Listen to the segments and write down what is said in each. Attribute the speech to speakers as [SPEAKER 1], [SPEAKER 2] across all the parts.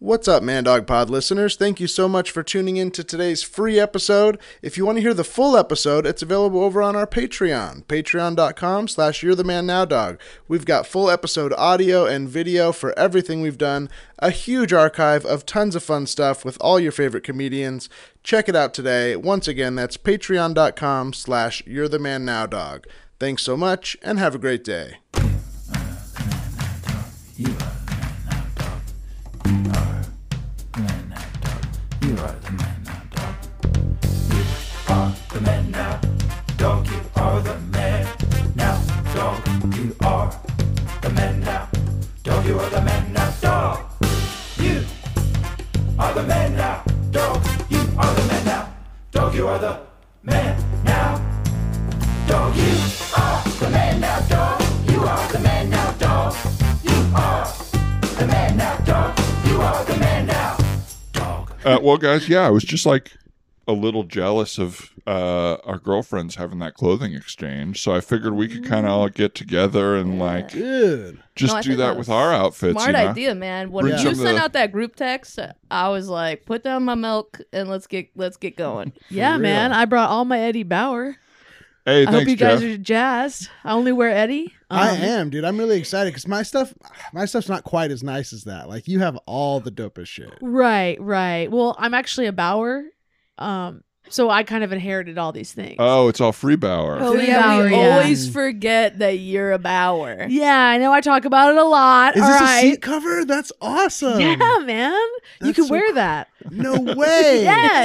[SPEAKER 1] What's up, Man Dog Pod listeners? Thank you so much for tuning in to today's free episode. If you want to hear the full episode, it's available over on our Patreon, patreon.com slash you're the man now dog. We've got full episode audio and video for everything we've done, a huge archive of tons of fun stuff with all your favorite comedians. Check it out today. Once again, that's patreon.com slash you're the man now dog. Thanks so much and have a great day.
[SPEAKER 2] You are the man now, dog. You are the man now, dog. You are the man now, dog. You are the man now, dog. You are the man now, dog. You are the man now, dog. You are the man now, dog. You are the man now, dog. You are the man now, dog. You are the man now, dog. You are the man now, dog. You are the man now, dog. You are the man now, dog. You are the man now, dog.
[SPEAKER 3] uh, well, guys, yeah, I was just like a little jealous of uh, our girlfriends having that clothing exchange, so I figured we could kind of all get together and like
[SPEAKER 4] Good.
[SPEAKER 3] just
[SPEAKER 5] No, I
[SPEAKER 3] do
[SPEAKER 5] think
[SPEAKER 3] that
[SPEAKER 5] that was
[SPEAKER 3] with our outfits.
[SPEAKER 5] Smart
[SPEAKER 3] you know?
[SPEAKER 5] idea, man. When
[SPEAKER 3] Bring some
[SPEAKER 5] you
[SPEAKER 3] of
[SPEAKER 5] sent
[SPEAKER 4] uh,
[SPEAKER 3] the-
[SPEAKER 5] out that group text, I was like, "Put down my milk and let's get let's get going."
[SPEAKER 6] Yeah, man. I brought all my Eddie Bauer.
[SPEAKER 3] Hey,
[SPEAKER 6] I
[SPEAKER 3] thanks,
[SPEAKER 6] hope you
[SPEAKER 3] Jeff.
[SPEAKER 6] guys are jazzed. I only wear Eddie.
[SPEAKER 4] I
[SPEAKER 6] Um,
[SPEAKER 4] am, dude. I'm really excited because my stuff, my stuff's not quite as nice as that. Like you have all the dopest shit.
[SPEAKER 6] Right, right. Well, I'm actually a Bauer. Um, so I kind of inherited all these things.
[SPEAKER 3] Oh, it's all Freebauer.
[SPEAKER 6] Oh,
[SPEAKER 5] Oh
[SPEAKER 6] Three
[SPEAKER 5] yeah,
[SPEAKER 6] Bauer,
[SPEAKER 5] we
[SPEAKER 6] yeah.
[SPEAKER 5] always forget that you're a Bauer.
[SPEAKER 6] Yeah, I know I talk about it a lot.
[SPEAKER 4] Is
[SPEAKER 6] all
[SPEAKER 4] this
[SPEAKER 6] right.
[SPEAKER 4] a seat cover? That's awesome.
[SPEAKER 6] Yeah, man. You
[SPEAKER 4] That's
[SPEAKER 6] could
[SPEAKER 4] so
[SPEAKER 6] wear
[SPEAKER 4] cool.
[SPEAKER 6] that.
[SPEAKER 4] No way.
[SPEAKER 6] Yeah,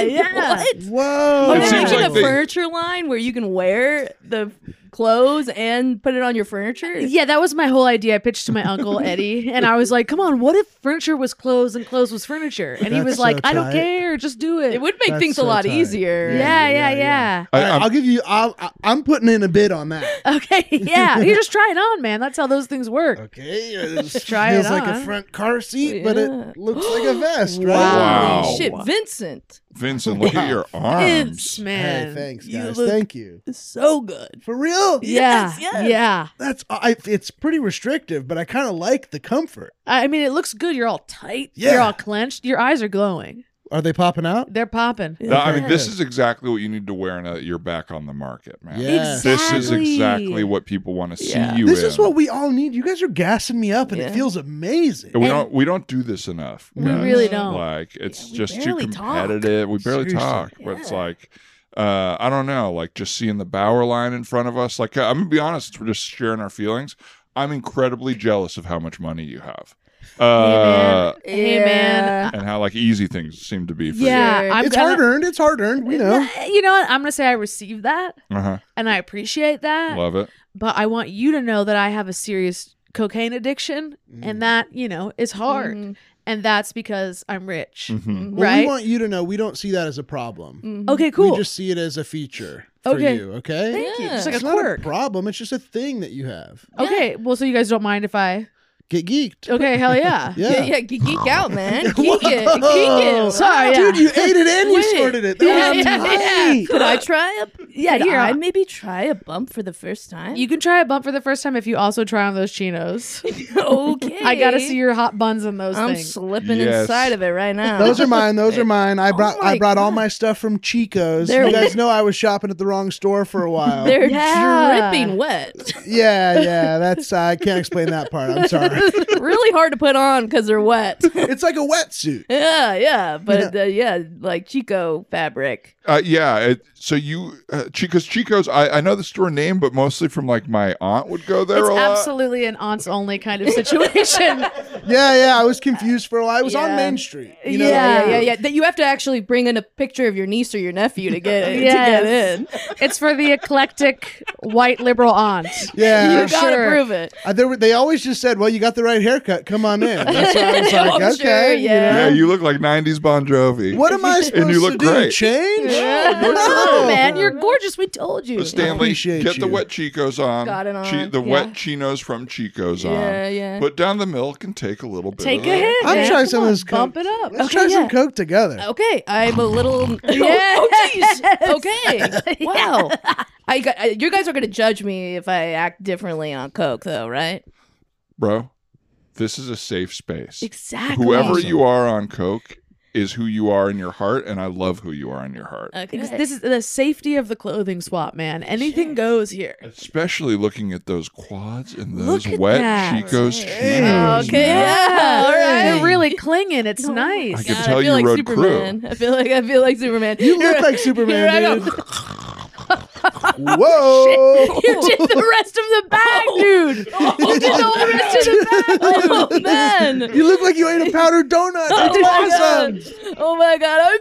[SPEAKER 6] yeah.
[SPEAKER 5] What?
[SPEAKER 4] Whoa.
[SPEAKER 5] You're
[SPEAKER 3] It
[SPEAKER 5] not
[SPEAKER 3] seems
[SPEAKER 5] making
[SPEAKER 3] like
[SPEAKER 5] a
[SPEAKER 3] they-
[SPEAKER 5] furniture line where you can wear the clothes and put it on your furniture.
[SPEAKER 6] Yeah, that was my whole idea. I pitched to my uncle Eddie, and I was like, "Come on, what if furniture was clothes and clothes was furniture?" And he
[SPEAKER 4] That's
[SPEAKER 6] was like,
[SPEAKER 4] so
[SPEAKER 6] "I don't
[SPEAKER 4] tight.
[SPEAKER 6] care, just do it."
[SPEAKER 5] it would make
[SPEAKER 4] That's
[SPEAKER 5] things
[SPEAKER 4] so
[SPEAKER 5] a lot
[SPEAKER 4] tight.
[SPEAKER 5] easier.
[SPEAKER 6] yeah,
[SPEAKER 4] yeah,
[SPEAKER 6] yeah, yeah,
[SPEAKER 4] yeah.
[SPEAKER 3] I,
[SPEAKER 4] All right,
[SPEAKER 3] I'm-
[SPEAKER 4] I'll give you. I'll, I- I'm putting in a bid on that.
[SPEAKER 6] Okay, yeah. you just try it on, man. That's how those things work.
[SPEAKER 4] Okay, it
[SPEAKER 6] try
[SPEAKER 4] feels
[SPEAKER 6] it
[SPEAKER 4] like a
[SPEAKER 6] on. Oh,
[SPEAKER 4] front car seat, but
[SPEAKER 5] Yeah.
[SPEAKER 4] it looks like a vest, right?
[SPEAKER 3] Wow.
[SPEAKER 5] Holy shit, Vincent
[SPEAKER 3] Vincent, look at your
[SPEAKER 6] It's
[SPEAKER 3] arms.
[SPEAKER 6] man.
[SPEAKER 4] Hey, thanks,
[SPEAKER 5] you
[SPEAKER 4] guys.
[SPEAKER 5] look-
[SPEAKER 4] Thank you.
[SPEAKER 5] is so good.
[SPEAKER 4] For real?
[SPEAKER 6] Yeah,
[SPEAKER 5] Yes, yes.
[SPEAKER 6] yeah.
[SPEAKER 4] That's I, it's pretty restrictive, but I kind of like the comfort.
[SPEAKER 6] I I mean, it looks good. You're all tight.
[SPEAKER 4] Yeah.
[SPEAKER 6] You're all clenched. Your eyes are glowing.
[SPEAKER 4] Are they popping out?
[SPEAKER 6] They're popping.
[SPEAKER 3] No, I mean, this
[SPEAKER 4] Yeah.
[SPEAKER 3] is exactly what you need to wear now that you're back on the market, man.
[SPEAKER 4] Yeah.
[SPEAKER 3] This is exactly
[SPEAKER 6] Exactly.
[SPEAKER 3] what people want to see
[SPEAKER 5] Yeah.
[SPEAKER 3] you
[SPEAKER 4] This
[SPEAKER 3] in.
[SPEAKER 4] is what we all need. You guys are gassing me up, and
[SPEAKER 5] Yeah.
[SPEAKER 4] it feels amazing.
[SPEAKER 3] And we don't we don't do this enough.
[SPEAKER 6] We
[SPEAKER 3] guys.
[SPEAKER 6] really don't.
[SPEAKER 3] Like it's
[SPEAKER 5] Yeah, we
[SPEAKER 3] just too
[SPEAKER 5] barely talk.
[SPEAKER 3] competitive. We barely
[SPEAKER 4] Seriously.
[SPEAKER 3] talk, but it's
[SPEAKER 5] Yeah.
[SPEAKER 3] like uh, I don't know. Like just seeing the Bauer line in front of us. Like I'm gonna be honest, we're just sharing our feelings. I'm incredibly jealous of how much money you have, uh,
[SPEAKER 6] Hey, man.
[SPEAKER 3] and how like easy things seem to be for
[SPEAKER 6] Yeah,
[SPEAKER 5] Sure.
[SPEAKER 6] I'm
[SPEAKER 4] it's
[SPEAKER 6] gonna-
[SPEAKER 4] hard earned. It's hard earned. We know.
[SPEAKER 6] You know what? I'm gonna say I received that
[SPEAKER 3] you. Uh-huh.
[SPEAKER 6] and I appreciate that,
[SPEAKER 3] Love it.
[SPEAKER 6] but I want you to know that I have a serious cocaine addiction,
[SPEAKER 4] Mm.
[SPEAKER 6] and that you know is hard,
[SPEAKER 5] Mhm,
[SPEAKER 6] and that's because I'm rich.
[SPEAKER 3] Mhm.
[SPEAKER 4] Well, We
[SPEAKER 6] right?
[SPEAKER 4] want you to know we don't see that as a problem.
[SPEAKER 5] mhm.
[SPEAKER 6] Mm-hmm. Okay, cool.
[SPEAKER 4] We just see it as a feature for
[SPEAKER 6] Okay.
[SPEAKER 4] you. Okay.
[SPEAKER 5] Thank you.
[SPEAKER 6] It's like
[SPEAKER 4] it's
[SPEAKER 6] a
[SPEAKER 4] not
[SPEAKER 6] quirk.
[SPEAKER 4] a problem. It's just a thing that you have.
[SPEAKER 6] Okay, well, so you guys don't mind if I?
[SPEAKER 4] Get geeked.
[SPEAKER 6] Okay, hell yeah.
[SPEAKER 4] Yeah.
[SPEAKER 5] Yeah, yeah, ge- geek out, man. Geek
[SPEAKER 4] Whoa.
[SPEAKER 5] it, geek it.
[SPEAKER 6] Sorry, yeah.
[SPEAKER 4] Ah, Dude, you ate it and you
[SPEAKER 5] Wait.
[SPEAKER 4] snorted it.
[SPEAKER 6] Yeah,
[SPEAKER 4] That was
[SPEAKER 6] yeah,
[SPEAKER 4] tight.
[SPEAKER 5] Could I try a? Yeah,
[SPEAKER 6] Could
[SPEAKER 5] here,
[SPEAKER 6] I
[SPEAKER 5] I maybe try a bump for the first time.
[SPEAKER 6] You can try a bump for the first time if you also try on those chinos.
[SPEAKER 5] okay?
[SPEAKER 6] I gotta see your hot buns and those
[SPEAKER 5] I'm
[SPEAKER 6] things.
[SPEAKER 5] slipping
[SPEAKER 3] Yes.
[SPEAKER 5] inside of it right now.
[SPEAKER 4] Those are mine. Those are mine.
[SPEAKER 6] Oh
[SPEAKER 4] I brought I
[SPEAKER 5] my
[SPEAKER 4] brought all my stuff from Chico's.
[SPEAKER 5] They're-
[SPEAKER 4] you guys know I was shopping at the wrong store for a while.
[SPEAKER 5] They're
[SPEAKER 6] Yeah.
[SPEAKER 5] dripping wet.
[SPEAKER 4] yeah, yeah. That's I can't explain that part. I'm sorry.
[SPEAKER 5] really hard to put on because they're wet.
[SPEAKER 4] It's like a wetsuit.
[SPEAKER 5] yeah, yeah, but uh, yeah, like Chico fabric.
[SPEAKER 3] Uh, yeah. It, so you, uh, Chico's Chico's. I, I know the store name, but mostly from like my aunt would go there
[SPEAKER 6] it's
[SPEAKER 3] a lot.
[SPEAKER 6] absolutely an aunts only kind of situation.
[SPEAKER 4] Yeah, yeah. I was confused for a while. It was on
[SPEAKER 5] Yeah.
[SPEAKER 4] Main Street. You know,
[SPEAKER 6] Yeah.
[SPEAKER 5] yeah, yeah, yeah. That you have to actually bring in a picture of your niece or your nephew to get it, to get
[SPEAKER 6] Yes.
[SPEAKER 5] in.
[SPEAKER 6] it's for the eclectic white liberal aunt.
[SPEAKER 4] Yeah.
[SPEAKER 5] you gotta
[SPEAKER 6] sure.
[SPEAKER 5] prove it.
[SPEAKER 4] Uh, there were, they always just said, "Well, you got the right haircut. Come on in." That's why I was
[SPEAKER 5] I'm
[SPEAKER 4] like,
[SPEAKER 5] sure,
[SPEAKER 4] "Okay, you
[SPEAKER 5] yeah.
[SPEAKER 3] Yeah,
[SPEAKER 4] know?
[SPEAKER 3] you look like '90s Bon Jovi.
[SPEAKER 4] what am I supposed
[SPEAKER 3] you look
[SPEAKER 4] to do?
[SPEAKER 3] great.
[SPEAKER 4] Change?
[SPEAKER 5] Yeah.
[SPEAKER 6] Oh, man, you're gorgeous. We told you.
[SPEAKER 3] But Stanley,
[SPEAKER 4] Appreciate
[SPEAKER 3] get the
[SPEAKER 4] you.
[SPEAKER 3] wet Chicos on.
[SPEAKER 5] Got it on,
[SPEAKER 3] the
[SPEAKER 5] yeah.
[SPEAKER 3] wet chinos from Chicos on.
[SPEAKER 5] Yeah, yeah.
[SPEAKER 3] Put down the milk and take a little bit.
[SPEAKER 6] Take
[SPEAKER 3] of
[SPEAKER 6] a
[SPEAKER 3] that.
[SPEAKER 6] hit.
[SPEAKER 4] I'm
[SPEAKER 6] man.
[SPEAKER 4] trying
[SPEAKER 6] Come
[SPEAKER 4] some of
[SPEAKER 6] on,
[SPEAKER 4] this coke.
[SPEAKER 6] Bump it up.
[SPEAKER 4] Let's try some
[SPEAKER 5] yeah.
[SPEAKER 4] coke together.
[SPEAKER 5] Okay, I'm a little. Yeah.
[SPEAKER 6] Oh,
[SPEAKER 5] Okay. Wow. I got I, you guys are gonna judge me if I act differently on coke, though, right?
[SPEAKER 3] bro. this is a safe space.
[SPEAKER 5] Exactly.
[SPEAKER 3] Whoever you are on coke is who you are in your heart, and I love who you are in your heart.
[SPEAKER 5] Okay.
[SPEAKER 6] Because this is the safety of the clothing swap, man. Anything goes here.
[SPEAKER 3] Especially looking at those quads and those
[SPEAKER 6] Look at
[SPEAKER 3] wet
[SPEAKER 6] that.
[SPEAKER 3] Chico's
[SPEAKER 5] Hey.
[SPEAKER 3] shoes.
[SPEAKER 5] Okay.
[SPEAKER 3] man.
[SPEAKER 5] Yeah, all
[SPEAKER 6] They're
[SPEAKER 5] right.
[SPEAKER 6] really clinging. It's
[SPEAKER 5] Oh my
[SPEAKER 6] nice.
[SPEAKER 3] I can
[SPEAKER 5] God,
[SPEAKER 3] tell
[SPEAKER 5] I
[SPEAKER 3] you
[SPEAKER 5] feel like
[SPEAKER 3] rode crew.
[SPEAKER 5] Superman. I feel like I feel like Superman.
[SPEAKER 4] You look like
[SPEAKER 5] Here I go.
[SPEAKER 4] Superman, dude.
[SPEAKER 5] Oh,
[SPEAKER 1] Whoa!
[SPEAKER 6] You did the rest of the bag, dude. You did the whole rest of the bag.
[SPEAKER 5] oh man!
[SPEAKER 4] You look like you ate a powdered donut.
[SPEAKER 5] Oh
[SPEAKER 4] That's
[SPEAKER 5] my
[SPEAKER 4] awesome.
[SPEAKER 5] god! Oh my god! I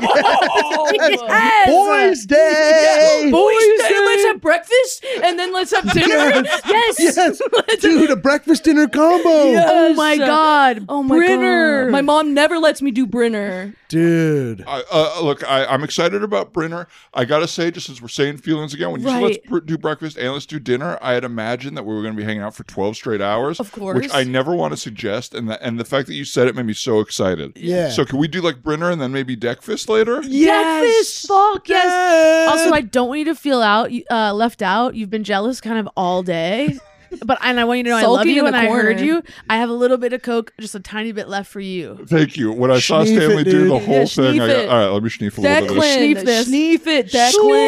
[SPEAKER 5] feel awesome.
[SPEAKER 6] Yes.
[SPEAKER 4] Boys' Day.
[SPEAKER 5] Boys, let's have breakfast and then let's have dinner.
[SPEAKER 6] Yes.
[SPEAKER 4] Yes, dude, a breakfast dinner combo,
[SPEAKER 6] Oh my
[SPEAKER 5] Yes.
[SPEAKER 6] God.
[SPEAKER 5] Oh my
[SPEAKER 6] Brinner.
[SPEAKER 5] god! My mom never lets me do Brinner.
[SPEAKER 4] dude.
[SPEAKER 3] I, uh, look, I, I'm excited about Brenner. I gotta say, just since we're saying feelings again, when you said
[SPEAKER 5] Right.
[SPEAKER 3] let's pr- do breakfast and let's do dinner, I had imagined that we were gonna be hanging out for 12 straight hours,
[SPEAKER 5] Of course.
[SPEAKER 3] which I never want to suggest. And the, and the fact that you said it made me so excited.
[SPEAKER 4] Yeah.
[SPEAKER 3] So can we do like Brenner and then maybe Deckfist later?
[SPEAKER 6] Breakfast. Fuck yes. Also, I don't want you to feel out, uh, left out. You've been jealous kind of all day. But and I want you to know I love
[SPEAKER 5] Sulking
[SPEAKER 6] you
[SPEAKER 5] in
[SPEAKER 6] and
[SPEAKER 5] the
[SPEAKER 6] I heard
[SPEAKER 5] corner.
[SPEAKER 6] you. I have a little bit of coke, just a tiny bit left for you.
[SPEAKER 3] Thank you. When I saw
[SPEAKER 4] Schneef it,
[SPEAKER 3] Stanley do
[SPEAKER 4] dude.
[SPEAKER 3] the
[SPEAKER 4] Yeah,
[SPEAKER 3] whole thing, I
[SPEAKER 5] schneef
[SPEAKER 3] got,
[SPEAKER 5] it.
[SPEAKER 3] all right, let me schneef a little bit of this.
[SPEAKER 5] Declan,
[SPEAKER 6] Sneef this.
[SPEAKER 5] sneef it,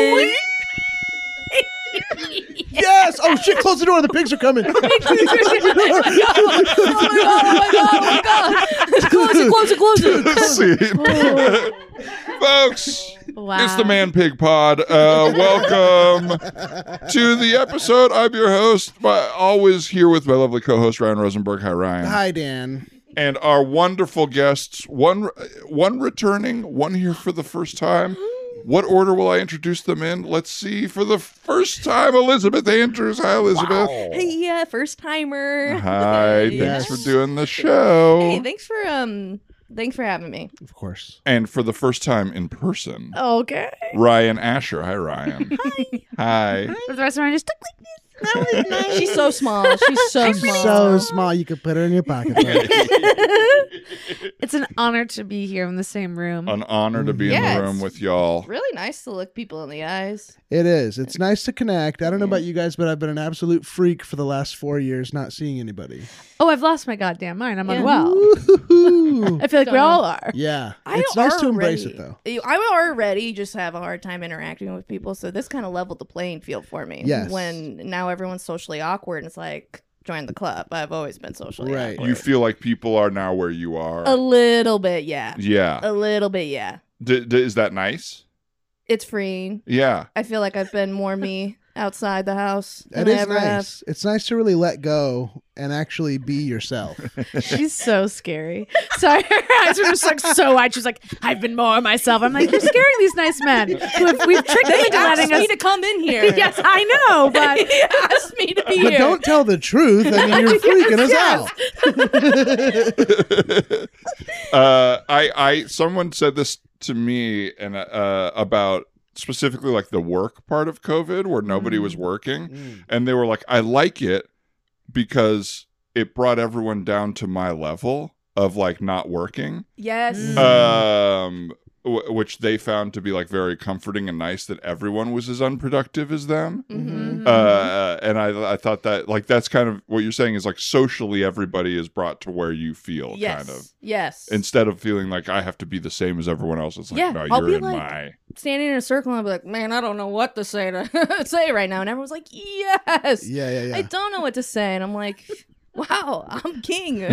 [SPEAKER 5] Declan.
[SPEAKER 4] Yes. Oh shit! Close the door. The pigs are coming.
[SPEAKER 5] Oh my god! Oh my god! Oh my god! close it! Close it! Close it!
[SPEAKER 3] scene. Folks,
[SPEAKER 6] Wow.
[SPEAKER 3] it's the Man Pig Pod. Uh, welcome to the episode. I'm your host, but always here with my lovely co-host Ryan Rosenberg. Hi, Ryan.
[SPEAKER 4] Hi, Dan.
[SPEAKER 3] And our wonderful guests. One, one returning. One here for the first time. What order will I introduce them in? Let's see. For the first time, Elizabeth Andrews. Hi, Elizabeth.
[SPEAKER 5] Hey, yeah, first timer.
[SPEAKER 3] Hi. Thanks
[SPEAKER 4] Yes.
[SPEAKER 3] for doing the show.
[SPEAKER 5] Hey, thanks for um, thanks for having me.
[SPEAKER 4] Of course.
[SPEAKER 3] and for the first time in person.
[SPEAKER 6] Oh. Okay.
[SPEAKER 3] Ryan Asher. Hi, Ryan. Hi. Hi.
[SPEAKER 6] The rest of mine just took
[SPEAKER 5] She's so small. She's so small.
[SPEAKER 4] So small, you could put her in your pocket. bro.
[SPEAKER 6] It's an honor to be here in the same room.
[SPEAKER 3] An honor to be in
[SPEAKER 5] Mm-hmm. Yes.
[SPEAKER 3] the room with y'all.
[SPEAKER 5] really nice to look people in the eyes.
[SPEAKER 4] it is. It's nice to connect. I don't know about you guys, but I've been an absolute freak for the last four years, not seeing anybody.
[SPEAKER 6] oh, I've lost my goddamn mind. I'm
[SPEAKER 5] Yeah.
[SPEAKER 6] unwell.
[SPEAKER 4] Woo-hoo-hoo.
[SPEAKER 6] I feel like we
[SPEAKER 5] Don't know.
[SPEAKER 6] all are.
[SPEAKER 4] yeah.
[SPEAKER 5] I
[SPEAKER 4] it's nice to embrace it
[SPEAKER 5] already-
[SPEAKER 4] though.
[SPEAKER 5] you- I already just have a hard time interacting with people, so this kind of leveled the playing field for me.
[SPEAKER 4] Yes.
[SPEAKER 5] When now everyone's socially awkward, and it's like join the club. I've always been socially
[SPEAKER 4] Right.
[SPEAKER 5] awkward.
[SPEAKER 3] You feel like people are now where you are.
[SPEAKER 5] a little bit, yeah.
[SPEAKER 3] yeah.
[SPEAKER 5] A little bit, yeah.
[SPEAKER 3] D- d- is that nice?
[SPEAKER 5] It's freeing.
[SPEAKER 3] Yeah.
[SPEAKER 5] I feel like I've been more me outside the house
[SPEAKER 4] It
[SPEAKER 5] than I
[SPEAKER 4] is
[SPEAKER 5] ever have.
[SPEAKER 4] nice. It's nice to really let go and actually be yourself.
[SPEAKER 6] She's so scary. Sorry, her eyes were just like so wide. She's like, I've been more myself. I'm like, you're scaring these nice men. who have- we've tricked them into
[SPEAKER 5] asked
[SPEAKER 6] letting
[SPEAKER 5] me
[SPEAKER 6] us.
[SPEAKER 5] to come in here.
[SPEAKER 6] Yes, I know, but
[SPEAKER 5] They asked me to be
[SPEAKER 4] But
[SPEAKER 5] here.
[SPEAKER 4] don't tell the truth. I mean, you're freaking us out.
[SPEAKER 3] uh, I, I, someone said this to me and uh, about specifically like the work part of COVID where nobody
[SPEAKER 5] Mm.
[SPEAKER 3] was working.
[SPEAKER 4] Mm.
[SPEAKER 3] and they were like i like it because it brought everyone down to my level of like not working
[SPEAKER 5] yes.
[SPEAKER 4] Mm.
[SPEAKER 3] um w- which they found to be like very comforting and nice that everyone was as unproductive as them
[SPEAKER 5] Mhm.
[SPEAKER 3] uh and i i thought that like that's kind of what you're saying is like socially everybody is brought to where you feel
[SPEAKER 5] Yes.
[SPEAKER 3] kind of
[SPEAKER 5] Yes.
[SPEAKER 3] instead of feeling like i have to be the same as everyone else it's like
[SPEAKER 5] Yeah,
[SPEAKER 3] no
[SPEAKER 5] I'll
[SPEAKER 3] you're
[SPEAKER 5] be
[SPEAKER 3] in
[SPEAKER 5] like-
[SPEAKER 3] my
[SPEAKER 5] standing in a circle and I'd be like, man, I don't know what to say to say right now. And everyone's like, yes,
[SPEAKER 4] Yeah, yeah, yeah.
[SPEAKER 5] I don't know what to say. And I'm like, wow, I'm king.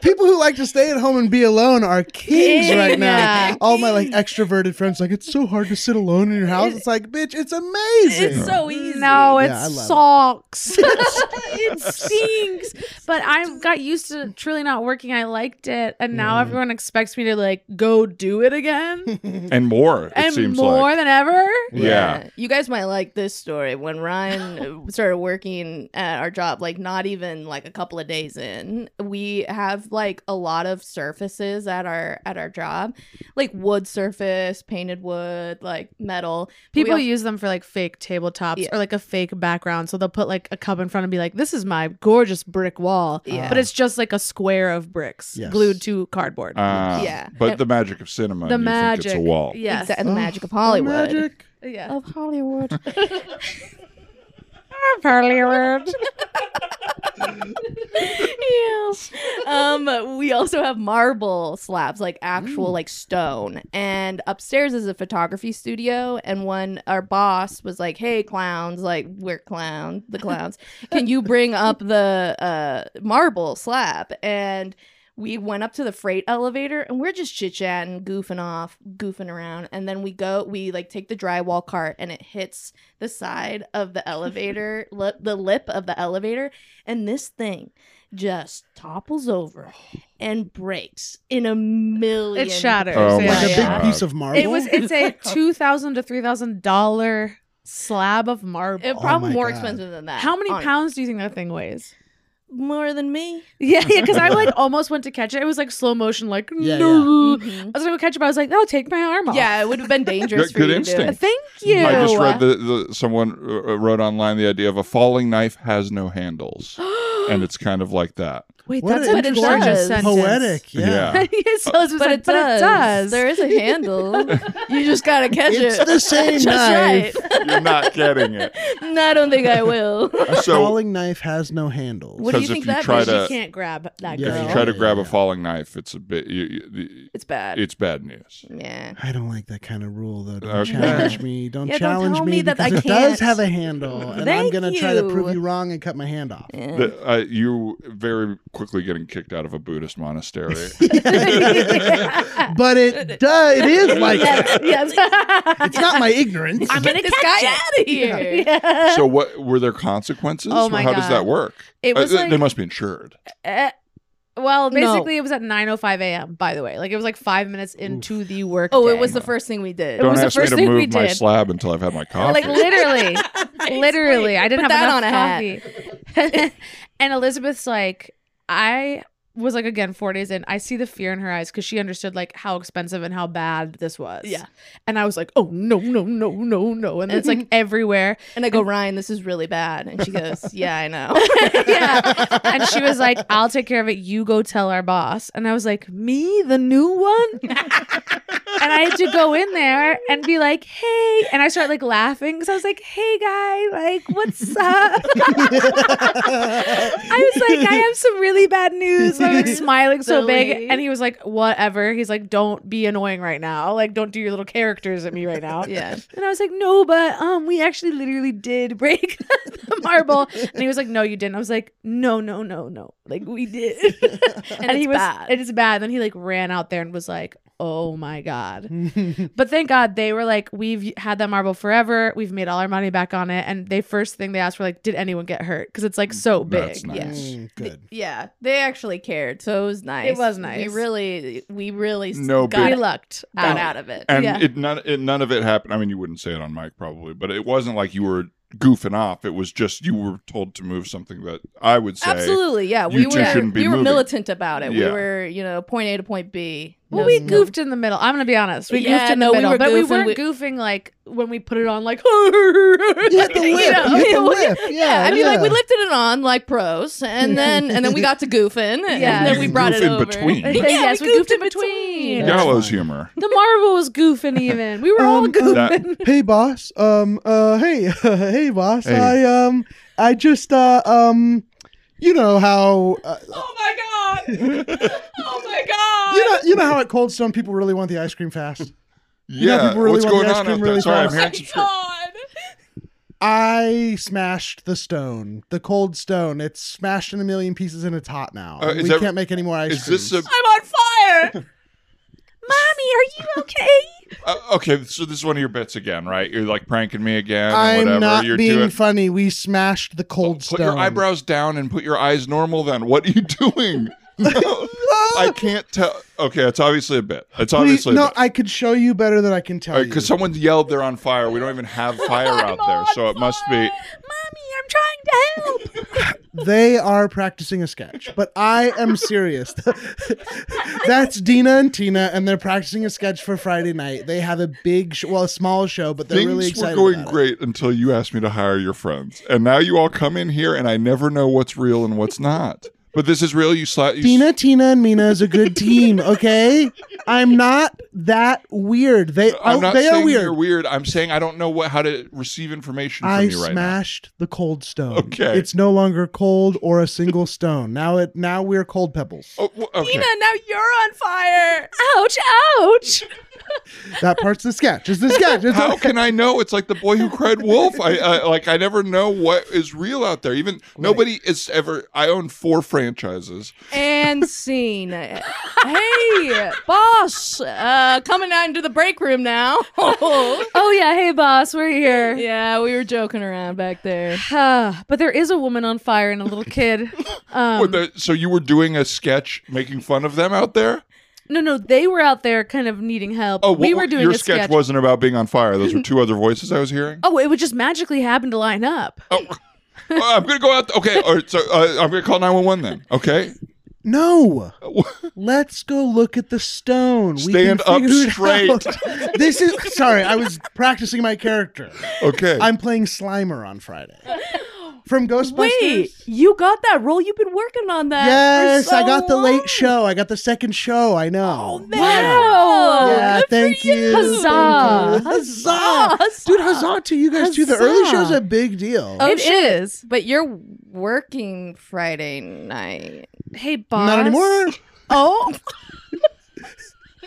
[SPEAKER 4] People who like to stay at home and be alone are kings
[SPEAKER 6] Yeah.
[SPEAKER 4] right now. All my like extroverted friends like it's so hard to sit alone in your house. It's like, bitch, it's amazing.
[SPEAKER 5] it's so easy.
[SPEAKER 6] no, it
[SPEAKER 4] Yeah, I love it.
[SPEAKER 6] sucks. it stinks. But I got used to truly not working. I liked it, and now everyone expects me to like go do it again
[SPEAKER 3] and more it
[SPEAKER 6] and
[SPEAKER 3] seems
[SPEAKER 6] more
[SPEAKER 3] like
[SPEAKER 6] than ever.
[SPEAKER 3] yeah.
[SPEAKER 5] You guys might like this story. When Ryan started working at our job, like not even like a couple of days in, we have like a lot of surfaces at our at our job. Like wood surface, painted wood, like metal. But we
[SPEAKER 6] People
[SPEAKER 5] al-
[SPEAKER 6] use them for like fake tabletops
[SPEAKER 5] Yeah.
[SPEAKER 6] or like a fake background. So they'll put like a cup in front and be like, "This is my gorgeous brick wall,"
[SPEAKER 5] Yeah.
[SPEAKER 6] but it's just like a square of bricks
[SPEAKER 4] Yes.
[SPEAKER 6] glued to cardboard.
[SPEAKER 3] Uh,
[SPEAKER 5] Yeah.
[SPEAKER 3] but the magic of cinema
[SPEAKER 6] the
[SPEAKER 3] you
[SPEAKER 6] magic,
[SPEAKER 3] think it's a wall
[SPEAKER 6] Yes.
[SPEAKER 5] Exa- the
[SPEAKER 4] Oh,
[SPEAKER 5] magic of Hollywood.
[SPEAKER 4] Magic.
[SPEAKER 6] Yeah.
[SPEAKER 5] of Hollywood.
[SPEAKER 6] Pearly word.
[SPEAKER 5] yeah. Um, we also have marble slabs, like actual like stone. And upstairs is a photography studio. And when our boss was like, "Hey, clowns! Like we're clown, the clowns. Can you bring up the uh marble slab?" and we went up to the freight elevator and we're just chit chatting, goofing off, goofing around. And then we go, we like take the drywall cart and it hits the side of the elevator, li- the lip of the elevator. And this thing just topples over and breaks in a million.
[SPEAKER 6] It shatters.
[SPEAKER 3] Oh my
[SPEAKER 6] yeah.
[SPEAKER 4] Like a
[SPEAKER 5] Yeah.
[SPEAKER 4] big piece of marble.
[SPEAKER 6] It was. It's a two thousand to three thousand dollar slab of marble.
[SPEAKER 5] It probably
[SPEAKER 4] my
[SPEAKER 5] more
[SPEAKER 4] God.
[SPEAKER 5] expensive than that.
[SPEAKER 6] How many
[SPEAKER 5] Hon-
[SPEAKER 6] pounds do you think that thing weighs?
[SPEAKER 5] More than me.
[SPEAKER 6] Yeah, yeah. Because I like almost went to catch it. It was like slow motion, like
[SPEAKER 4] Yeah,
[SPEAKER 6] no.
[SPEAKER 5] Mhm.
[SPEAKER 6] I was gonna go catch it, but I was like, no, take my arm off.
[SPEAKER 5] Yeah, it would have been dangerous
[SPEAKER 3] Good-
[SPEAKER 5] for
[SPEAKER 3] good
[SPEAKER 5] you
[SPEAKER 3] instinct.
[SPEAKER 5] to. do it.
[SPEAKER 6] Thank you.
[SPEAKER 3] I just read the, the someone uh, wrote online the idea of a falling knife has no handles, and it's kind of like that.
[SPEAKER 6] Wait,
[SPEAKER 4] What
[SPEAKER 6] that's
[SPEAKER 4] an
[SPEAKER 6] a
[SPEAKER 5] But it
[SPEAKER 6] gorgeous
[SPEAKER 5] does.
[SPEAKER 6] sentence.
[SPEAKER 4] poetic. Yeah.
[SPEAKER 3] Yeah.
[SPEAKER 6] Yes, so it's
[SPEAKER 5] But,
[SPEAKER 6] like,
[SPEAKER 5] it, does. There is a handle. you just gotta catch
[SPEAKER 4] It's
[SPEAKER 5] it.
[SPEAKER 4] the same
[SPEAKER 5] Just
[SPEAKER 4] knife.
[SPEAKER 5] right.
[SPEAKER 3] You're not getting it.
[SPEAKER 5] No, I don't think I will.
[SPEAKER 4] A
[SPEAKER 3] So-
[SPEAKER 4] falling knife has no handles.
[SPEAKER 5] What do you
[SPEAKER 3] Because if
[SPEAKER 5] think
[SPEAKER 3] you
[SPEAKER 5] that
[SPEAKER 3] try
[SPEAKER 5] means?
[SPEAKER 3] to-
[SPEAKER 6] she can't grab that
[SPEAKER 4] Yeah.
[SPEAKER 6] girl.
[SPEAKER 3] If you try to
[SPEAKER 4] Yeah,
[SPEAKER 3] grab a
[SPEAKER 4] yeah.
[SPEAKER 3] falling knife, it's a bit. You, you, you-
[SPEAKER 5] It's bad.
[SPEAKER 3] it's bad news.
[SPEAKER 5] yeah.
[SPEAKER 4] I don't like that kind of rule, though. Don't
[SPEAKER 3] Okay.
[SPEAKER 4] challenge me. Don't
[SPEAKER 5] Yeah, don't
[SPEAKER 4] challenge
[SPEAKER 5] tell
[SPEAKER 4] me,
[SPEAKER 5] me that
[SPEAKER 4] because
[SPEAKER 5] I
[SPEAKER 4] it does
[SPEAKER 5] can't.
[SPEAKER 4] have a handle, and I'm
[SPEAKER 5] Thank
[SPEAKER 4] gonna try to
[SPEAKER 5] you.
[SPEAKER 4] prove you wrong and cut my hand off.
[SPEAKER 5] Yeah.
[SPEAKER 3] The,
[SPEAKER 6] Mm.
[SPEAKER 3] uh, you very quickly getting kicked out of a Buddhist monastery.
[SPEAKER 4] But it does. It is like that.
[SPEAKER 6] yes.
[SPEAKER 4] It's not my ignorance.
[SPEAKER 5] I'm gonna get this guy out of here.
[SPEAKER 3] so, what were there consequences?
[SPEAKER 6] Oh
[SPEAKER 3] Or
[SPEAKER 6] my
[SPEAKER 3] How does
[SPEAKER 6] God.
[SPEAKER 3] that work?
[SPEAKER 6] It
[SPEAKER 3] Uh,
[SPEAKER 6] was
[SPEAKER 3] th-
[SPEAKER 6] like,
[SPEAKER 3] they must be insured.
[SPEAKER 6] eh, well,
[SPEAKER 5] No.
[SPEAKER 6] basically, it was at 9.05 a.m., by the way. Like, it was like five minutes into the work.
[SPEAKER 5] Oh, it
[SPEAKER 6] day.
[SPEAKER 5] was the first thing we did.
[SPEAKER 3] Don't
[SPEAKER 6] was the
[SPEAKER 3] ask me
[SPEAKER 6] first
[SPEAKER 3] to
[SPEAKER 6] thing we
[SPEAKER 3] move my
[SPEAKER 6] did.
[SPEAKER 3] slab until I've had my coffee.
[SPEAKER 6] Like, literally. literally. I didn't
[SPEAKER 5] Put
[SPEAKER 6] have
[SPEAKER 5] that
[SPEAKER 6] enough coffee. and Elizabeth's like, I was like, again, four days in, I see the fear in her eyes because she understood like how expensive and how bad this was.
[SPEAKER 5] Yeah.
[SPEAKER 6] And I was like, oh, no, no, no, no, no. And it's like everywhere.
[SPEAKER 5] And I go, Ryan, this is really bad. And she goes, Yeah, I know.
[SPEAKER 6] yeah. And she was like, I'll take care of it. You go tell our boss. And I was like, Me, the new one? and I had to go in there and be like, Hey. And I started like laughing because I was like, Hey, guy, like, what's up? I was like, I have some really bad news. I was like, smiling so big.
[SPEAKER 5] Silly.
[SPEAKER 6] And he was like, Whatever. He's like, Don't be annoying right now. Like, don't do your little characters at me right now.
[SPEAKER 5] yeah.
[SPEAKER 6] And I was like, no, but um, we actually literally did break the marble. And he was like, no, you didn't. I was like, no, no, no, no. Like we did. and
[SPEAKER 5] And,
[SPEAKER 6] he
[SPEAKER 5] it's
[SPEAKER 6] was,
[SPEAKER 5] bad.
[SPEAKER 6] it is bad. Then he like ran out there and was like, oh my god. but thank God they were like, we've had that marble forever. We've made all our money back on it. And they first thing they asked were like, did anyone get hurt? Because it's like so big.
[SPEAKER 3] That's nice.
[SPEAKER 4] Mm, good.
[SPEAKER 5] yeah. They actually cared. So it was nice.
[SPEAKER 6] It was nice.
[SPEAKER 5] We really, we really
[SPEAKER 3] No
[SPEAKER 5] got,
[SPEAKER 6] We
[SPEAKER 3] big-
[SPEAKER 5] it-
[SPEAKER 6] lucked
[SPEAKER 5] got
[SPEAKER 6] out.
[SPEAKER 5] out of it.
[SPEAKER 3] And
[SPEAKER 5] yeah.
[SPEAKER 3] it none it, none of it happened. I mean, you wouldn't say it on mic probably, but it wasn't like you were goofing off. It was just you were told to move something that I would say.
[SPEAKER 5] Absolutely. Yeah.
[SPEAKER 3] you
[SPEAKER 5] We
[SPEAKER 3] two
[SPEAKER 5] were,
[SPEAKER 3] shouldn't be
[SPEAKER 5] we were
[SPEAKER 3] moving.
[SPEAKER 5] militant about it.
[SPEAKER 3] Yeah.
[SPEAKER 5] We were, you know, point A to point B.
[SPEAKER 6] Well,
[SPEAKER 5] No-
[SPEAKER 6] we goofed in the middle. I'm gonna be honest. We
[SPEAKER 5] Yeah,
[SPEAKER 6] goofed in
[SPEAKER 5] no,
[SPEAKER 6] the
[SPEAKER 5] we
[SPEAKER 6] middle,
[SPEAKER 5] were
[SPEAKER 6] but we
[SPEAKER 5] goofing.
[SPEAKER 6] weren't
[SPEAKER 5] We-
[SPEAKER 6] goofing like when we put it on, like
[SPEAKER 4] You hit the whip. You hit the whip. Yeah.
[SPEAKER 5] Yeah, I mean, like we
[SPEAKER 4] yeah.
[SPEAKER 5] lifted it on like pros, and then and then we got to goofing, and
[SPEAKER 6] Yeah.
[SPEAKER 5] then
[SPEAKER 3] You
[SPEAKER 5] we
[SPEAKER 3] can
[SPEAKER 5] brought
[SPEAKER 3] goof
[SPEAKER 5] it
[SPEAKER 3] in
[SPEAKER 5] over.
[SPEAKER 3] between.
[SPEAKER 5] Yeah,
[SPEAKER 6] Yes,
[SPEAKER 5] we,
[SPEAKER 6] we
[SPEAKER 5] goofed,
[SPEAKER 6] goofed
[SPEAKER 5] in
[SPEAKER 6] in
[SPEAKER 5] between.
[SPEAKER 6] between.
[SPEAKER 3] Gallows humor.
[SPEAKER 6] The marble was goofing even. We were all
[SPEAKER 4] Um,
[SPEAKER 6] goofing.
[SPEAKER 3] That-
[SPEAKER 4] hey boss um uh hey hey boss
[SPEAKER 3] Hey.
[SPEAKER 4] i um i just uh um you know how uh,
[SPEAKER 5] Oh my god! Oh my god!
[SPEAKER 4] you know you know how at cold stone people really want the ice cream fast You know,
[SPEAKER 3] Yeah,
[SPEAKER 4] people really
[SPEAKER 3] what's
[SPEAKER 4] want
[SPEAKER 3] going
[SPEAKER 4] the ice
[SPEAKER 3] on
[SPEAKER 4] cream
[SPEAKER 3] out
[SPEAKER 4] really
[SPEAKER 3] there? Sorry, I'm
[SPEAKER 4] fast.
[SPEAKER 3] hearing some. scr-
[SPEAKER 5] god!
[SPEAKER 4] i smashed the stone the cold stone it's smashed in a million pieces and it's hot now
[SPEAKER 3] Uh, is
[SPEAKER 4] we
[SPEAKER 3] that-
[SPEAKER 4] can't make any more ice
[SPEAKER 3] Is this a
[SPEAKER 4] creams.
[SPEAKER 5] I'm on fire!
[SPEAKER 6] Mommy, are you okay?
[SPEAKER 3] uh, okay? So this is one of your bits again, right? You're like pranking me again, or
[SPEAKER 4] i'm
[SPEAKER 3] whatever.
[SPEAKER 4] not
[SPEAKER 3] You're
[SPEAKER 4] being
[SPEAKER 3] doing.
[SPEAKER 4] funny we smashed the cold
[SPEAKER 3] put
[SPEAKER 4] stone
[SPEAKER 3] your eyebrows down and put your eyes normal. Then what are you doing? No,
[SPEAKER 4] Oh,
[SPEAKER 3] I can't tell. Okay, it's obviously a bit. It's
[SPEAKER 4] Please,
[SPEAKER 3] obviously a
[SPEAKER 4] no
[SPEAKER 3] bit.
[SPEAKER 4] i could show you better than i can tell you
[SPEAKER 3] because someone yelled they're on fire. We don't even have fire out there, so it must be.
[SPEAKER 6] Mommy, I'm trying to help.
[SPEAKER 4] They are practicing a sketch, but I am serious. That's Dina and Tina, and they're practicing a sketch for Friday night. They have a big, sh- well, a small show, but they're
[SPEAKER 3] Things
[SPEAKER 4] really
[SPEAKER 3] were
[SPEAKER 4] excited.
[SPEAKER 3] going
[SPEAKER 4] about it.
[SPEAKER 3] great until you asked me to hire your friends, and now you all come in here, and I never know what's real and what's not. But this is real. You slap. You
[SPEAKER 4] Dina, Tina, and Mina is a good team. Okay, I'm not that weird. They
[SPEAKER 3] I'm
[SPEAKER 4] oh,
[SPEAKER 3] not
[SPEAKER 4] they
[SPEAKER 3] saying
[SPEAKER 4] are weird.
[SPEAKER 3] you're weird. I'm saying I don't know what how to receive information from
[SPEAKER 4] I
[SPEAKER 3] you right now.
[SPEAKER 4] smashed the cold stone.
[SPEAKER 3] Okay.
[SPEAKER 4] It's no longer cold or a single stone. Now it now we're cold pebbles.
[SPEAKER 3] Oh, well, okay.
[SPEAKER 5] Tina, now you're on fire.
[SPEAKER 6] Ouch, ouch.
[SPEAKER 4] That part's the sketch. It's the sketch. It's
[SPEAKER 3] How
[SPEAKER 4] okay.
[SPEAKER 3] can I know? It's like the boy who cried wolf. I, I like I never know what is real out there. Even nobody is ever. I own four franchises.
[SPEAKER 5] And scene. hey, boss, uh, coming out into the break room now.
[SPEAKER 6] Oh yeah, hey boss, we're here.
[SPEAKER 5] yeah, we were joking around back there.
[SPEAKER 6] Ah, but there is a woman on fire and a little kid.
[SPEAKER 3] Were
[SPEAKER 6] Um,
[SPEAKER 3] there- so you were doing a sketch making fun of them out there.
[SPEAKER 6] no, no, they were out there kind of needing help.
[SPEAKER 3] Oh,
[SPEAKER 6] we
[SPEAKER 3] what-
[SPEAKER 6] were doing
[SPEAKER 3] your
[SPEAKER 6] a sketch.
[SPEAKER 3] wasn't about being on fire. Those were two other voices I was hearing.
[SPEAKER 6] oh, it would just magically happen to line up.
[SPEAKER 3] Oh, I'm gonna go out. okay, all right, so uh, I'm gonna call 911 then. Okay,
[SPEAKER 4] No. Let's go look at the stone.
[SPEAKER 3] Stand up
[SPEAKER 4] figure it
[SPEAKER 3] straight.
[SPEAKER 4] out. This is sorry, I was practicing my character.
[SPEAKER 3] okay.
[SPEAKER 4] I'm playing Slimer on Friday. From Ghostbusters.
[SPEAKER 5] Wait, you got that role? You've been working on that. for
[SPEAKER 4] Yes,
[SPEAKER 5] so
[SPEAKER 4] I got the
[SPEAKER 5] long.
[SPEAKER 4] late show. I got the second show. I know.
[SPEAKER 5] Man.
[SPEAKER 6] Wow.
[SPEAKER 4] Yeah, thank you.
[SPEAKER 6] Huzzah.
[SPEAKER 4] Thank you. Huzzah. Dude, huzzah to you guys too. The early show's a big deal.
[SPEAKER 6] Oh,
[SPEAKER 5] It is,
[SPEAKER 6] shit.
[SPEAKER 5] but you're working Friday night.
[SPEAKER 6] Hey boss.
[SPEAKER 4] Not anymore.
[SPEAKER 5] Oh.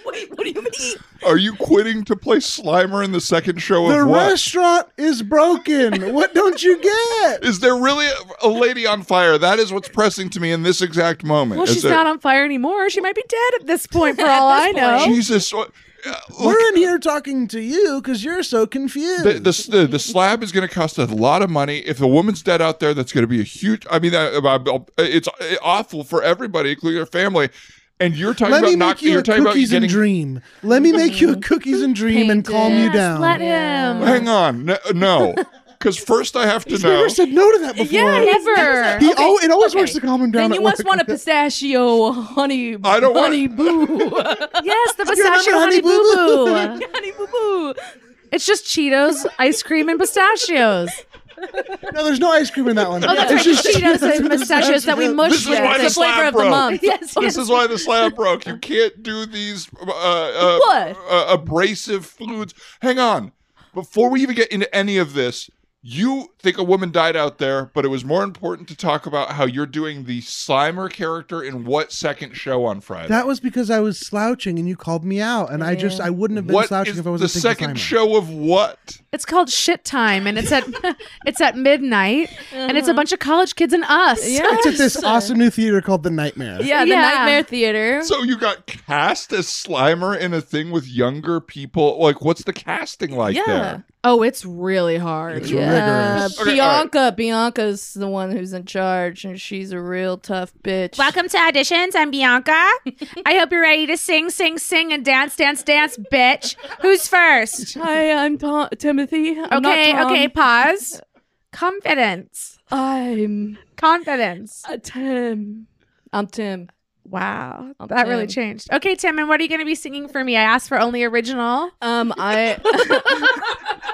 [SPEAKER 5] Wait, what do you mean?
[SPEAKER 3] Are you quitting to play Slimer in the second show
[SPEAKER 4] The
[SPEAKER 3] of what?
[SPEAKER 4] restaurant is broken. what don't you get?
[SPEAKER 3] Is there really a, a lady on fire? That is what's pressing to me in this exact moment.
[SPEAKER 6] Well,
[SPEAKER 3] Is
[SPEAKER 6] she's
[SPEAKER 3] there-
[SPEAKER 6] not on fire anymore. She might be dead at this point, for all I know.
[SPEAKER 3] Jesus. what- uh, Look,
[SPEAKER 4] We're in here talking to you because you're so confused.
[SPEAKER 3] the, the, the, the slab is going to cost a lot of money. If a woman's dead out there, that's going to be a huge. I mean, I- I- it's uh, awful for everybody, including your family. And you're talking
[SPEAKER 4] Let
[SPEAKER 3] about
[SPEAKER 4] me
[SPEAKER 3] not.
[SPEAKER 4] make you
[SPEAKER 3] You're
[SPEAKER 4] a
[SPEAKER 3] talking about
[SPEAKER 4] cookies and
[SPEAKER 3] getting.
[SPEAKER 4] dream. Let me make you a cookies and dream and calm you
[SPEAKER 6] Yes,
[SPEAKER 4] down.
[SPEAKER 6] Let him.
[SPEAKER 3] Hang on, no, because first I have to
[SPEAKER 4] He's
[SPEAKER 3] know.
[SPEAKER 4] never said no to that before.
[SPEAKER 5] Yeah, he's
[SPEAKER 6] Never.
[SPEAKER 5] never-
[SPEAKER 4] He
[SPEAKER 5] Okay,
[SPEAKER 4] al- it always
[SPEAKER 5] okay.
[SPEAKER 4] works to calm him down.
[SPEAKER 5] Then you
[SPEAKER 4] at
[SPEAKER 5] must
[SPEAKER 4] work.
[SPEAKER 5] want a pistachio honey.
[SPEAKER 3] I don't want-
[SPEAKER 5] honey boo.
[SPEAKER 6] Yes, the
[SPEAKER 4] remember
[SPEAKER 6] pistachio
[SPEAKER 4] Honey
[SPEAKER 6] honey
[SPEAKER 4] Boo
[SPEAKER 6] boo boo.
[SPEAKER 5] honey boo boo.
[SPEAKER 6] It's just Cheetos, ice cream, and pistachios.
[SPEAKER 4] No, there's no ice cream in that one.
[SPEAKER 6] Oh, that's right.
[SPEAKER 4] It's
[SPEAKER 6] the
[SPEAKER 4] just
[SPEAKER 6] Cheetos and pistachios that we mush
[SPEAKER 3] This is
[SPEAKER 6] with.
[SPEAKER 3] why the
[SPEAKER 5] the flavor
[SPEAKER 3] slab
[SPEAKER 5] of the
[SPEAKER 3] broke.
[SPEAKER 5] month.
[SPEAKER 6] Yes,
[SPEAKER 3] This
[SPEAKER 6] yes.
[SPEAKER 3] is why the slab broke. You can't do these uh, uh,
[SPEAKER 5] What?
[SPEAKER 3] Uh, abrasive foods. Hang on. Before we even get into any of this, you think a woman died out there, but it was more important to talk about how you're doing the Slimer character in what second show on Friday?
[SPEAKER 4] That was because I was slouching and you called me out, and I just I wouldn't have been
[SPEAKER 3] What
[SPEAKER 4] slouching
[SPEAKER 3] is
[SPEAKER 4] if I
[SPEAKER 3] the
[SPEAKER 4] wasn't thinking
[SPEAKER 3] second
[SPEAKER 4] Simon.
[SPEAKER 3] show of what?
[SPEAKER 6] It's called Shit Time, and it's at it's at midnight, and it's a bunch of college kids and us.
[SPEAKER 5] Yeah.
[SPEAKER 4] It's at this awesome new theater called The Nightmare.
[SPEAKER 5] Yeah, the
[SPEAKER 6] Yeah.
[SPEAKER 5] Nightmare Theater.
[SPEAKER 3] So you got cast as Slimer in a thing with younger people. Like, what's the casting like
[SPEAKER 5] yeah.
[SPEAKER 3] there?
[SPEAKER 6] Oh, it's really hard.
[SPEAKER 4] It's
[SPEAKER 5] Yeah,
[SPEAKER 4] rigorous.
[SPEAKER 3] Okay, all right.
[SPEAKER 5] Bianca. Bianca's the one who's in charge, and she's a real tough bitch.
[SPEAKER 6] Welcome to auditions. I'm Bianca. I hope you're ready to sing, sing, sing, and dance, dance, dance, bitch. Who's first?
[SPEAKER 5] Hi, I'm Tom- Timothy. I'm not
[SPEAKER 6] okay,
[SPEAKER 5] Tom.
[SPEAKER 6] okay, pause. Confidence.
[SPEAKER 5] I'm
[SPEAKER 6] Confidence.
[SPEAKER 5] a Tim. I'm Tim.
[SPEAKER 6] Wow.
[SPEAKER 5] I'm
[SPEAKER 6] that really
[SPEAKER 5] Tim.
[SPEAKER 6] changed. Okay, Tim, and what are you going to be singing for me? I asked for only original.
[SPEAKER 5] Um, I.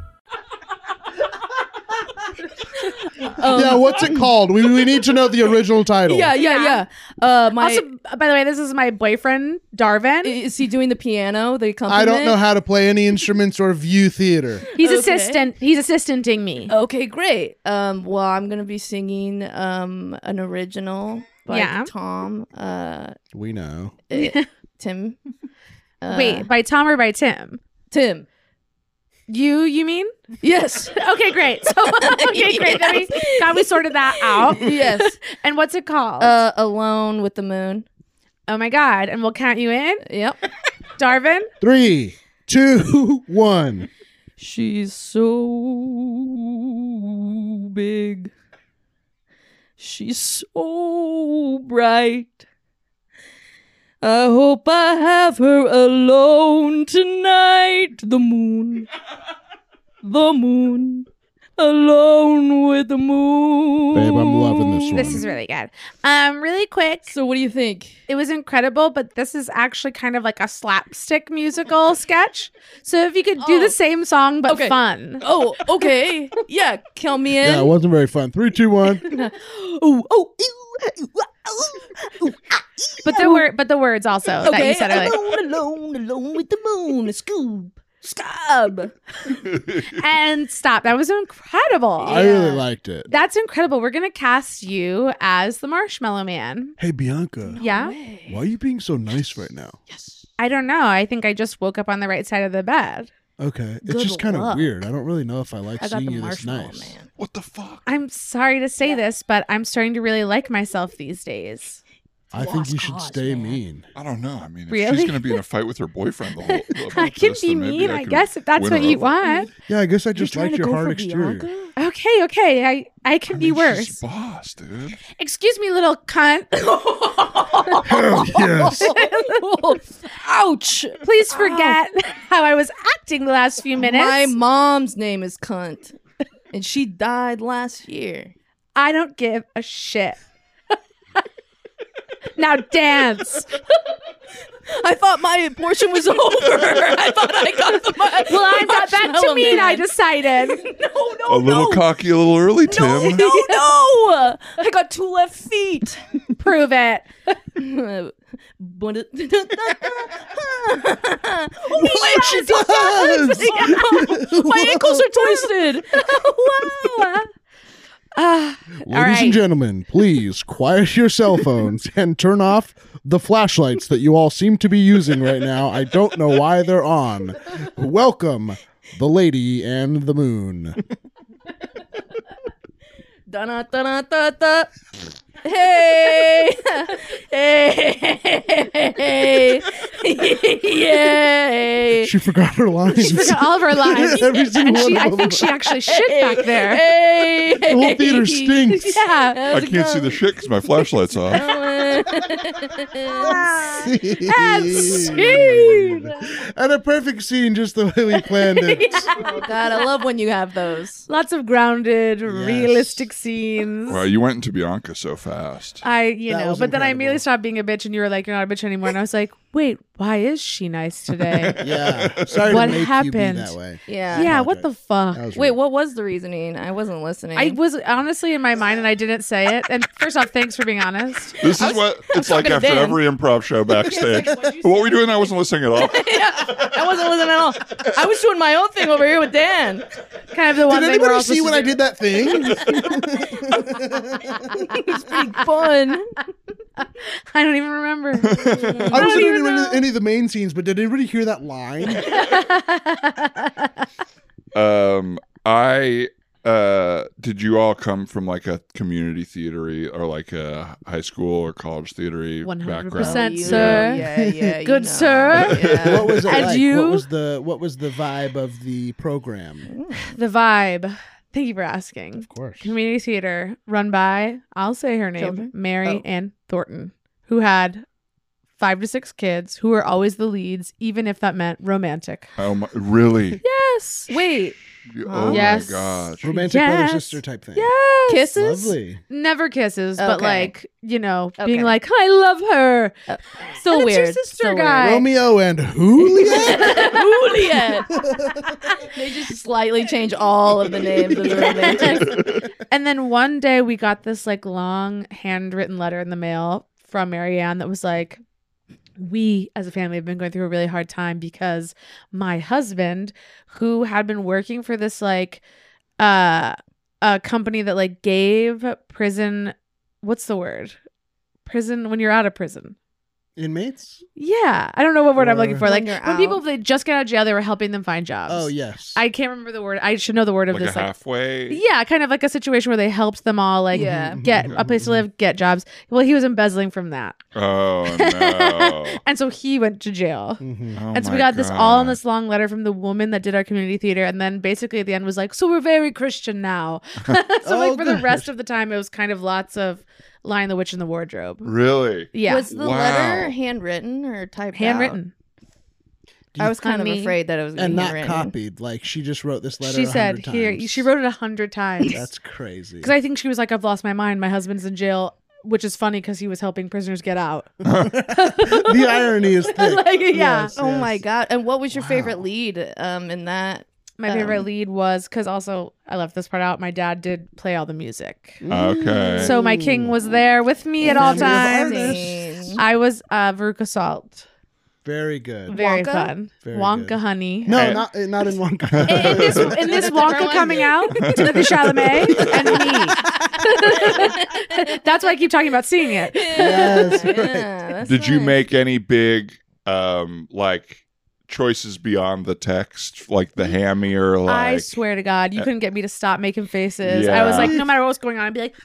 [SPEAKER 4] yeah, what's it called? We, we need to know the original title.
[SPEAKER 5] oh. yeah, yeah, yeah. Uh, my.
[SPEAKER 6] also, by the way, this is my boyfriend, Darvin.
[SPEAKER 5] is he doing the piano? The accompaniment?
[SPEAKER 4] I don't know how to play any instruments or view theater.
[SPEAKER 6] He's
[SPEAKER 5] Okay.
[SPEAKER 6] assistant. He's assistanting me.
[SPEAKER 5] Okay, great. Um, well, I'm gonna be singing um an original by
[SPEAKER 6] Yeah.
[SPEAKER 5] Tom. Uh,
[SPEAKER 4] We know.
[SPEAKER 5] eh, Tim. Uh,
[SPEAKER 6] Wait, by Tom or by Tim?
[SPEAKER 5] Tim.
[SPEAKER 6] You, you mean?
[SPEAKER 5] Yes.
[SPEAKER 6] Okay, great. So, okay, great. Then we, God, we sorted that out.
[SPEAKER 5] yes.
[SPEAKER 6] And what's it called?
[SPEAKER 5] Uh, alone with the moon.
[SPEAKER 6] oh my God. And we'll count you in.
[SPEAKER 5] Yep.
[SPEAKER 6] Darvin,
[SPEAKER 4] Three, two, one.
[SPEAKER 5] She's so big. She's so bright. I hope I have her alone tonight. The moon. The moon. Alone with the moon.
[SPEAKER 1] Babe, I'm loving this one.
[SPEAKER 6] This is really good. Um, really quick,
[SPEAKER 5] So, what do you think?
[SPEAKER 6] it was incredible, but this is actually kind of like a slapstick musical sketch. So if you could do
[SPEAKER 5] Oh.
[SPEAKER 6] the same song but
[SPEAKER 5] Okay.
[SPEAKER 6] fun.
[SPEAKER 5] Oh, okay. yeah, count me in.
[SPEAKER 4] Yeah, it wasn't very fun. Three, two, one.
[SPEAKER 5] Ooh, oh, ew, ew, ah, ooh, ooh, ah, ew.
[SPEAKER 6] But the word, but the words also that you said are like,
[SPEAKER 5] alone, alone, alone with the moon. Scoob, scab.
[SPEAKER 6] and stop. That was incredible.
[SPEAKER 4] I really liked it.
[SPEAKER 6] That's incredible. We're gonna cast you as the Marshmallow Man.
[SPEAKER 4] Hey, Bianca,
[SPEAKER 6] yeah,
[SPEAKER 4] why are you being so nice right now?
[SPEAKER 6] I don't know. I think I just woke up on the right side of the bed.
[SPEAKER 4] Okay, it's
[SPEAKER 5] Good
[SPEAKER 4] just kind of
[SPEAKER 5] luck.
[SPEAKER 4] weird. I don't really know if I like
[SPEAKER 5] I got
[SPEAKER 4] seeing
[SPEAKER 5] the
[SPEAKER 4] you this
[SPEAKER 5] marshmallow
[SPEAKER 4] nice.
[SPEAKER 5] man.
[SPEAKER 3] What the fuck?
[SPEAKER 6] I'm sorry to say this, but I'm starting to really like myself these days.
[SPEAKER 4] I
[SPEAKER 5] Oh,
[SPEAKER 4] think you should stay mean.
[SPEAKER 3] I don't know. I mean, if
[SPEAKER 6] Really?
[SPEAKER 3] she's going to be in a fight with her boyfriend the whole about
[SPEAKER 6] I can
[SPEAKER 3] this,
[SPEAKER 6] be
[SPEAKER 3] then maybe
[SPEAKER 6] mean, I
[SPEAKER 3] can
[SPEAKER 6] guess, if that's
[SPEAKER 3] win
[SPEAKER 6] what
[SPEAKER 3] her
[SPEAKER 6] you
[SPEAKER 3] over.
[SPEAKER 6] want.
[SPEAKER 4] Yeah, I guess I just
[SPEAKER 5] trying
[SPEAKER 4] liked
[SPEAKER 5] to
[SPEAKER 4] your
[SPEAKER 5] go
[SPEAKER 4] hard
[SPEAKER 5] for
[SPEAKER 4] exterior.
[SPEAKER 5] Bianca?
[SPEAKER 6] Okay, okay. I I can
[SPEAKER 3] I
[SPEAKER 6] be
[SPEAKER 3] mean,
[SPEAKER 6] worse.
[SPEAKER 3] She's boss, dude.
[SPEAKER 6] Excuse me, little cunt.
[SPEAKER 4] Hell yes.
[SPEAKER 5] Ouch!
[SPEAKER 6] Please forget how I was acting the last few minutes.
[SPEAKER 5] My mom's name is cunt, and she died last year.
[SPEAKER 6] I don't give a shit. now dance.
[SPEAKER 5] I thought my portion was over. I thought I got the. My,
[SPEAKER 6] Well, I got back to me and I decided.
[SPEAKER 5] No, Oh, no,
[SPEAKER 6] Oh,
[SPEAKER 3] a little
[SPEAKER 5] no.
[SPEAKER 3] cocky, a little early,
[SPEAKER 5] No,
[SPEAKER 3] Tim.
[SPEAKER 5] no, no! I got two left feet.
[SPEAKER 6] Prove it.
[SPEAKER 5] But it- Oh,
[SPEAKER 6] she does.
[SPEAKER 5] My ankles are twisted.
[SPEAKER 6] wow. Ah, all
[SPEAKER 4] Ladies and
[SPEAKER 6] right.
[SPEAKER 4] gentlemen, please quiet your cell phones and turn off the flashlights that you all seem to be using right now. I don't know why they're on. Welcome, the lady and the moon.
[SPEAKER 5] Da da da da. Hey, hey, yeah.
[SPEAKER 4] She forgot her lines.
[SPEAKER 6] She forgot all of her lines.
[SPEAKER 4] Every
[SPEAKER 6] and
[SPEAKER 4] single
[SPEAKER 6] she,
[SPEAKER 4] one
[SPEAKER 6] I
[SPEAKER 4] of them.
[SPEAKER 6] think she actually shit back there.
[SPEAKER 5] Hey,
[SPEAKER 4] The whole theater stinks.
[SPEAKER 6] Yeah.
[SPEAKER 3] I can't see the shit because my flashlight's off.
[SPEAKER 4] and a perfect scene, just the way we planned it.
[SPEAKER 5] Oh, God, I love when you have those.
[SPEAKER 6] Lots of grounded, realistic scenes.
[SPEAKER 3] Wow, you went into Bianca so fast.
[SPEAKER 6] I, you
[SPEAKER 4] That
[SPEAKER 6] know,
[SPEAKER 4] was
[SPEAKER 6] but then I immediately
[SPEAKER 4] incredible.
[SPEAKER 6] stopped being a bitch, and you were like, "You're not a bitch anymore." And I was like, "Wait, why is she nice today?
[SPEAKER 4] Yeah. Sorry
[SPEAKER 6] What
[SPEAKER 4] to make you be
[SPEAKER 6] happened?
[SPEAKER 4] that way.
[SPEAKER 5] Yeah.
[SPEAKER 6] yeah, what the fuck?"
[SPEAKER 4] That was
[SPEAKER 5] Wait,
[SPEAKER 4] rude.
[SPEAKER 5] what was the reasoning? I wasn't listening.
[SPEAKER 6] I was honestly in my mind, and I didn't say it. And first off, thanks for being honest.
[SPEAKER 3] This is what it's like
[SPEAKER 5] talking to
[SPEAKER 3] after
[SPEAKER 5] Dan.
[SPEAKER 3] every improv show backstage. what were we doing? I wasn't listening at all.
[SPEAKER 5] I wasn't listening at all. I was doing my own thing over here with Dan.
[SPEAKER 6] Kind of the one
[SPEAKER 4] Did
[SPEAKER 6] thing we're all
[SPEAKER 4] anybody see when
[SPEAKER 6] supposed to
[SPEAKER 4] I
[SPEAKER 6] do.
[SPEAKER 4] did that thing?
[SPEAKER 5] Fun.
[SPEAKER 6] I don't even remember.
[SPEAKER 4] I wasn't
[SPEAKER 6] even
[SPEAKER 4] in any,
[SPEAKER 6] know.
[SPEAKER 4] any of the main scenes, but did anybody hear that line?
[SPEAKER 3] Um, I uh, did you all come from like a community theatery or like a high school or college theatery
[SPEAKER 6] One hundred
[SPEAKER 3] background?
[SPEAKER 6] percent, sir.
[SPEAKER 5] Yeah, yeah. you
[SPEAKER 6] Good
[SPEAKER 5] know.
[SPEAKER 6] sir.
[SPEAKER 5] Yeah.
[SPEAKER 4] What was it
[SPEAKER 6] And
[SPEAKER 4] like?
[SPEAKER 6] you?
[SPEAKER 4] What was the what was the vibe of the program?
[SPEAKER 6] The vibe. Thank you for asking.
[SPEAKER 4] Of course.
[SPEAKER 6] Community theater run by I'll say her name,
[SPEAKER 5] Children?
[SPEAKER 6] Mary
[SPEAKER 5] Oh.
[SPEAKER 6] Ann Thornton, who had five to six kids who were always the leads, even if that meant romantic.
[SPEAKER 3] Oh my, really?
[SPEAKER 6] Yes. Wait.
[SPEAKER 3] You- Oh
[SPEAKER 6] Yes.
[SPEAKER 3] my gosh.
[SPEAKER 4] Romantic
[SPEAKER 6] Yes.
[SPEAKER 4] brother sister type thing.
[SPEAKER 6] Yes.
[SPEAKER 5] Kisses?
[SPEAKER 4] Lovely.
[SPEAKER 6] Never kisses, but
[SPEAKER 5] Okay.
[SPEAKER 6] like, you know,
[SPEAKER 5] Okay.
[SPEAKER 6] being like, I love her.
[SPEAKER 5] So
[SPEAKER 6] And it's your
[SPEAKER 5] weird.
[SPEAKER 6] sister
[SPEAKER 5] so
[SPEAKER 6] guy. I-
[SPEAKER 4] Romeo and Juliet.
[SPEAKER 5] Weird. Juliet. they just slightly change all of the names of the romantic.
[SPEAKER 6] And then one day we got this like long handwritten letter in the mail from Marianne that was like, we as a family have been going through a really hard time because my husband, who had been working for this like uh a company that like gave prison what's the word? Prison when you're out of prison.
[SPEAKER 4] Inmates?
[SPEAKER 6] Yeah. I don't know what word I'm looking for.
[SPEAKER 5] Or-
[SPEAKER 6] Like
[SPEAKER 5] When
[SPEAKER 6] when
[SPEAKER 5] you're out.
[SPEAKER 6] people they just get out of jail, they were helping them find jobs.
[SPEAKER 4] Oh yes.
[SPEAKER 6] I can't remember the word. I should know the word of
[SPEAKER 3] Like a
[SPEAKER 6] this like
[SPEAKER 3] halfway.
[SPEAKER 6] yeah, kind of like a situation where they helped them all like
[SPEAKER 5] Yeah.
[SPEAKER 6] get
[SPEAKER 3] Okay.
[SPEAKER 6] a place to live, get jobs. Well, he was embezzling from that.
[SPEAKER 3] Oh no.
[SPEAKER 6] and so he went to jail.
[SPEAKER 4] Mhm.
[SPEAKER 3] Oh
[SPEAKER 6] and so
[SPEAKER 3] my
[SPEAKER 6] we got this all in
[SPEAKER 3] God.
[SPEAKER 6] this long letter from the woman that did our community theater and then basically at the end was like, "So we're very Christian now." so
[SPEAKER 4] Oh,
[SPEAKER 6] like for the
[SPEAKER 4] good.
[SPEAKER 6] rest of the time it was kind of lots of Lion the Witch and the Wardrobe.
[SPEAKER 3] Really?
[SPEAKER 6] Yeah.
[SPEAKER 5] Was the
[SPEAKER 3] Wow.
[SPEAKER 5] letter handwritten or typed? out?
[SPEAKER 6] handwritten.
[SPEAKER 5] I was kind
[SPEAKER 6] On
[SPEAKER 5] of
[SPEAKER 6] me.
[SPEAKER 5] afraid that it was gonna
[SPEAKER 4] and
[SPEAKER 5] be
[SPEAKER 4] not
[SPEAKER 5] handwritten.
[SPEAKER 4] copied. Like she just wrote this letter.
[SPEAKER 6] She
[SPEAKER 4] 100
[SPEAKER 6] said here
[SPEAKER 4] times.
[SPEAKER 6] she wrote it a hundred times.
[SPEAKER 4] That's crazy.
[SPEAKER 6] Because I think she was like, I've lost my mind. My husband's in jail, which is funny because he was helping prisoners get out.
[SPEAKER 4] the irony is thick.
[SPEAKER 6] Like, yeah.
[SPEAKER 5] Oh my
[SPEAKER 4] yes.
[SPEAKER 5] god! And what was your favorite lead? Um, in that.
[SPEAKER 6] My favorite
[SPEAKER 5] Um,
[SPEAKER 6] lead was because also I left this part out. My dad did play all the
[SPEAKER 4] Mm.
[SPEAKER 6] music,
[SPEAKER 3] Okay.
[SPEAKER 6] Mm. so my king was there with me at all
[SPEAKER 4] Family of
[SPEAKER 6] times.
[SPEAKER 5] Amazing.
[SPEAKER 6] I was uh, Veruca Salt.
[SPEAKER 4] Very good.
[SPEAKER 6] Very
[SPEAKER 5] Wonka?
[SPEAKER 6] fun.
[SPEAKER 4] Very
[SPEAKER 6] Wonka
[SPEAKER 4] good.
[SPEAKER 6] honey.
[SPEAKER 4] No,
[SPEAKER 3] Hey.
[SPEAKER 4] not eh, not in one.
[SPEAKER 6] In in this in this Wonka coming out, Timothy Chalamet and me. That's why I keep talking about seeing it.
[SPEAKER 4] Yes, right.
[SPEAKER 5] Yeah, that's
[SPEAKER 3] Did you
[SPEAKER 5] nice.
[SPEAKER 3] make any big um like choices beyond the text, like the hammy or like?
[SPEAKER 6] Mm. I swear to God, you
[SPEAKER 4] Uh,
[SPEAKER 6] couldn't get me to stop making faces. I was
[SPEAKER 3] Yeah.
[SPEAKER 6] like, no matter what was going on, I'd be like,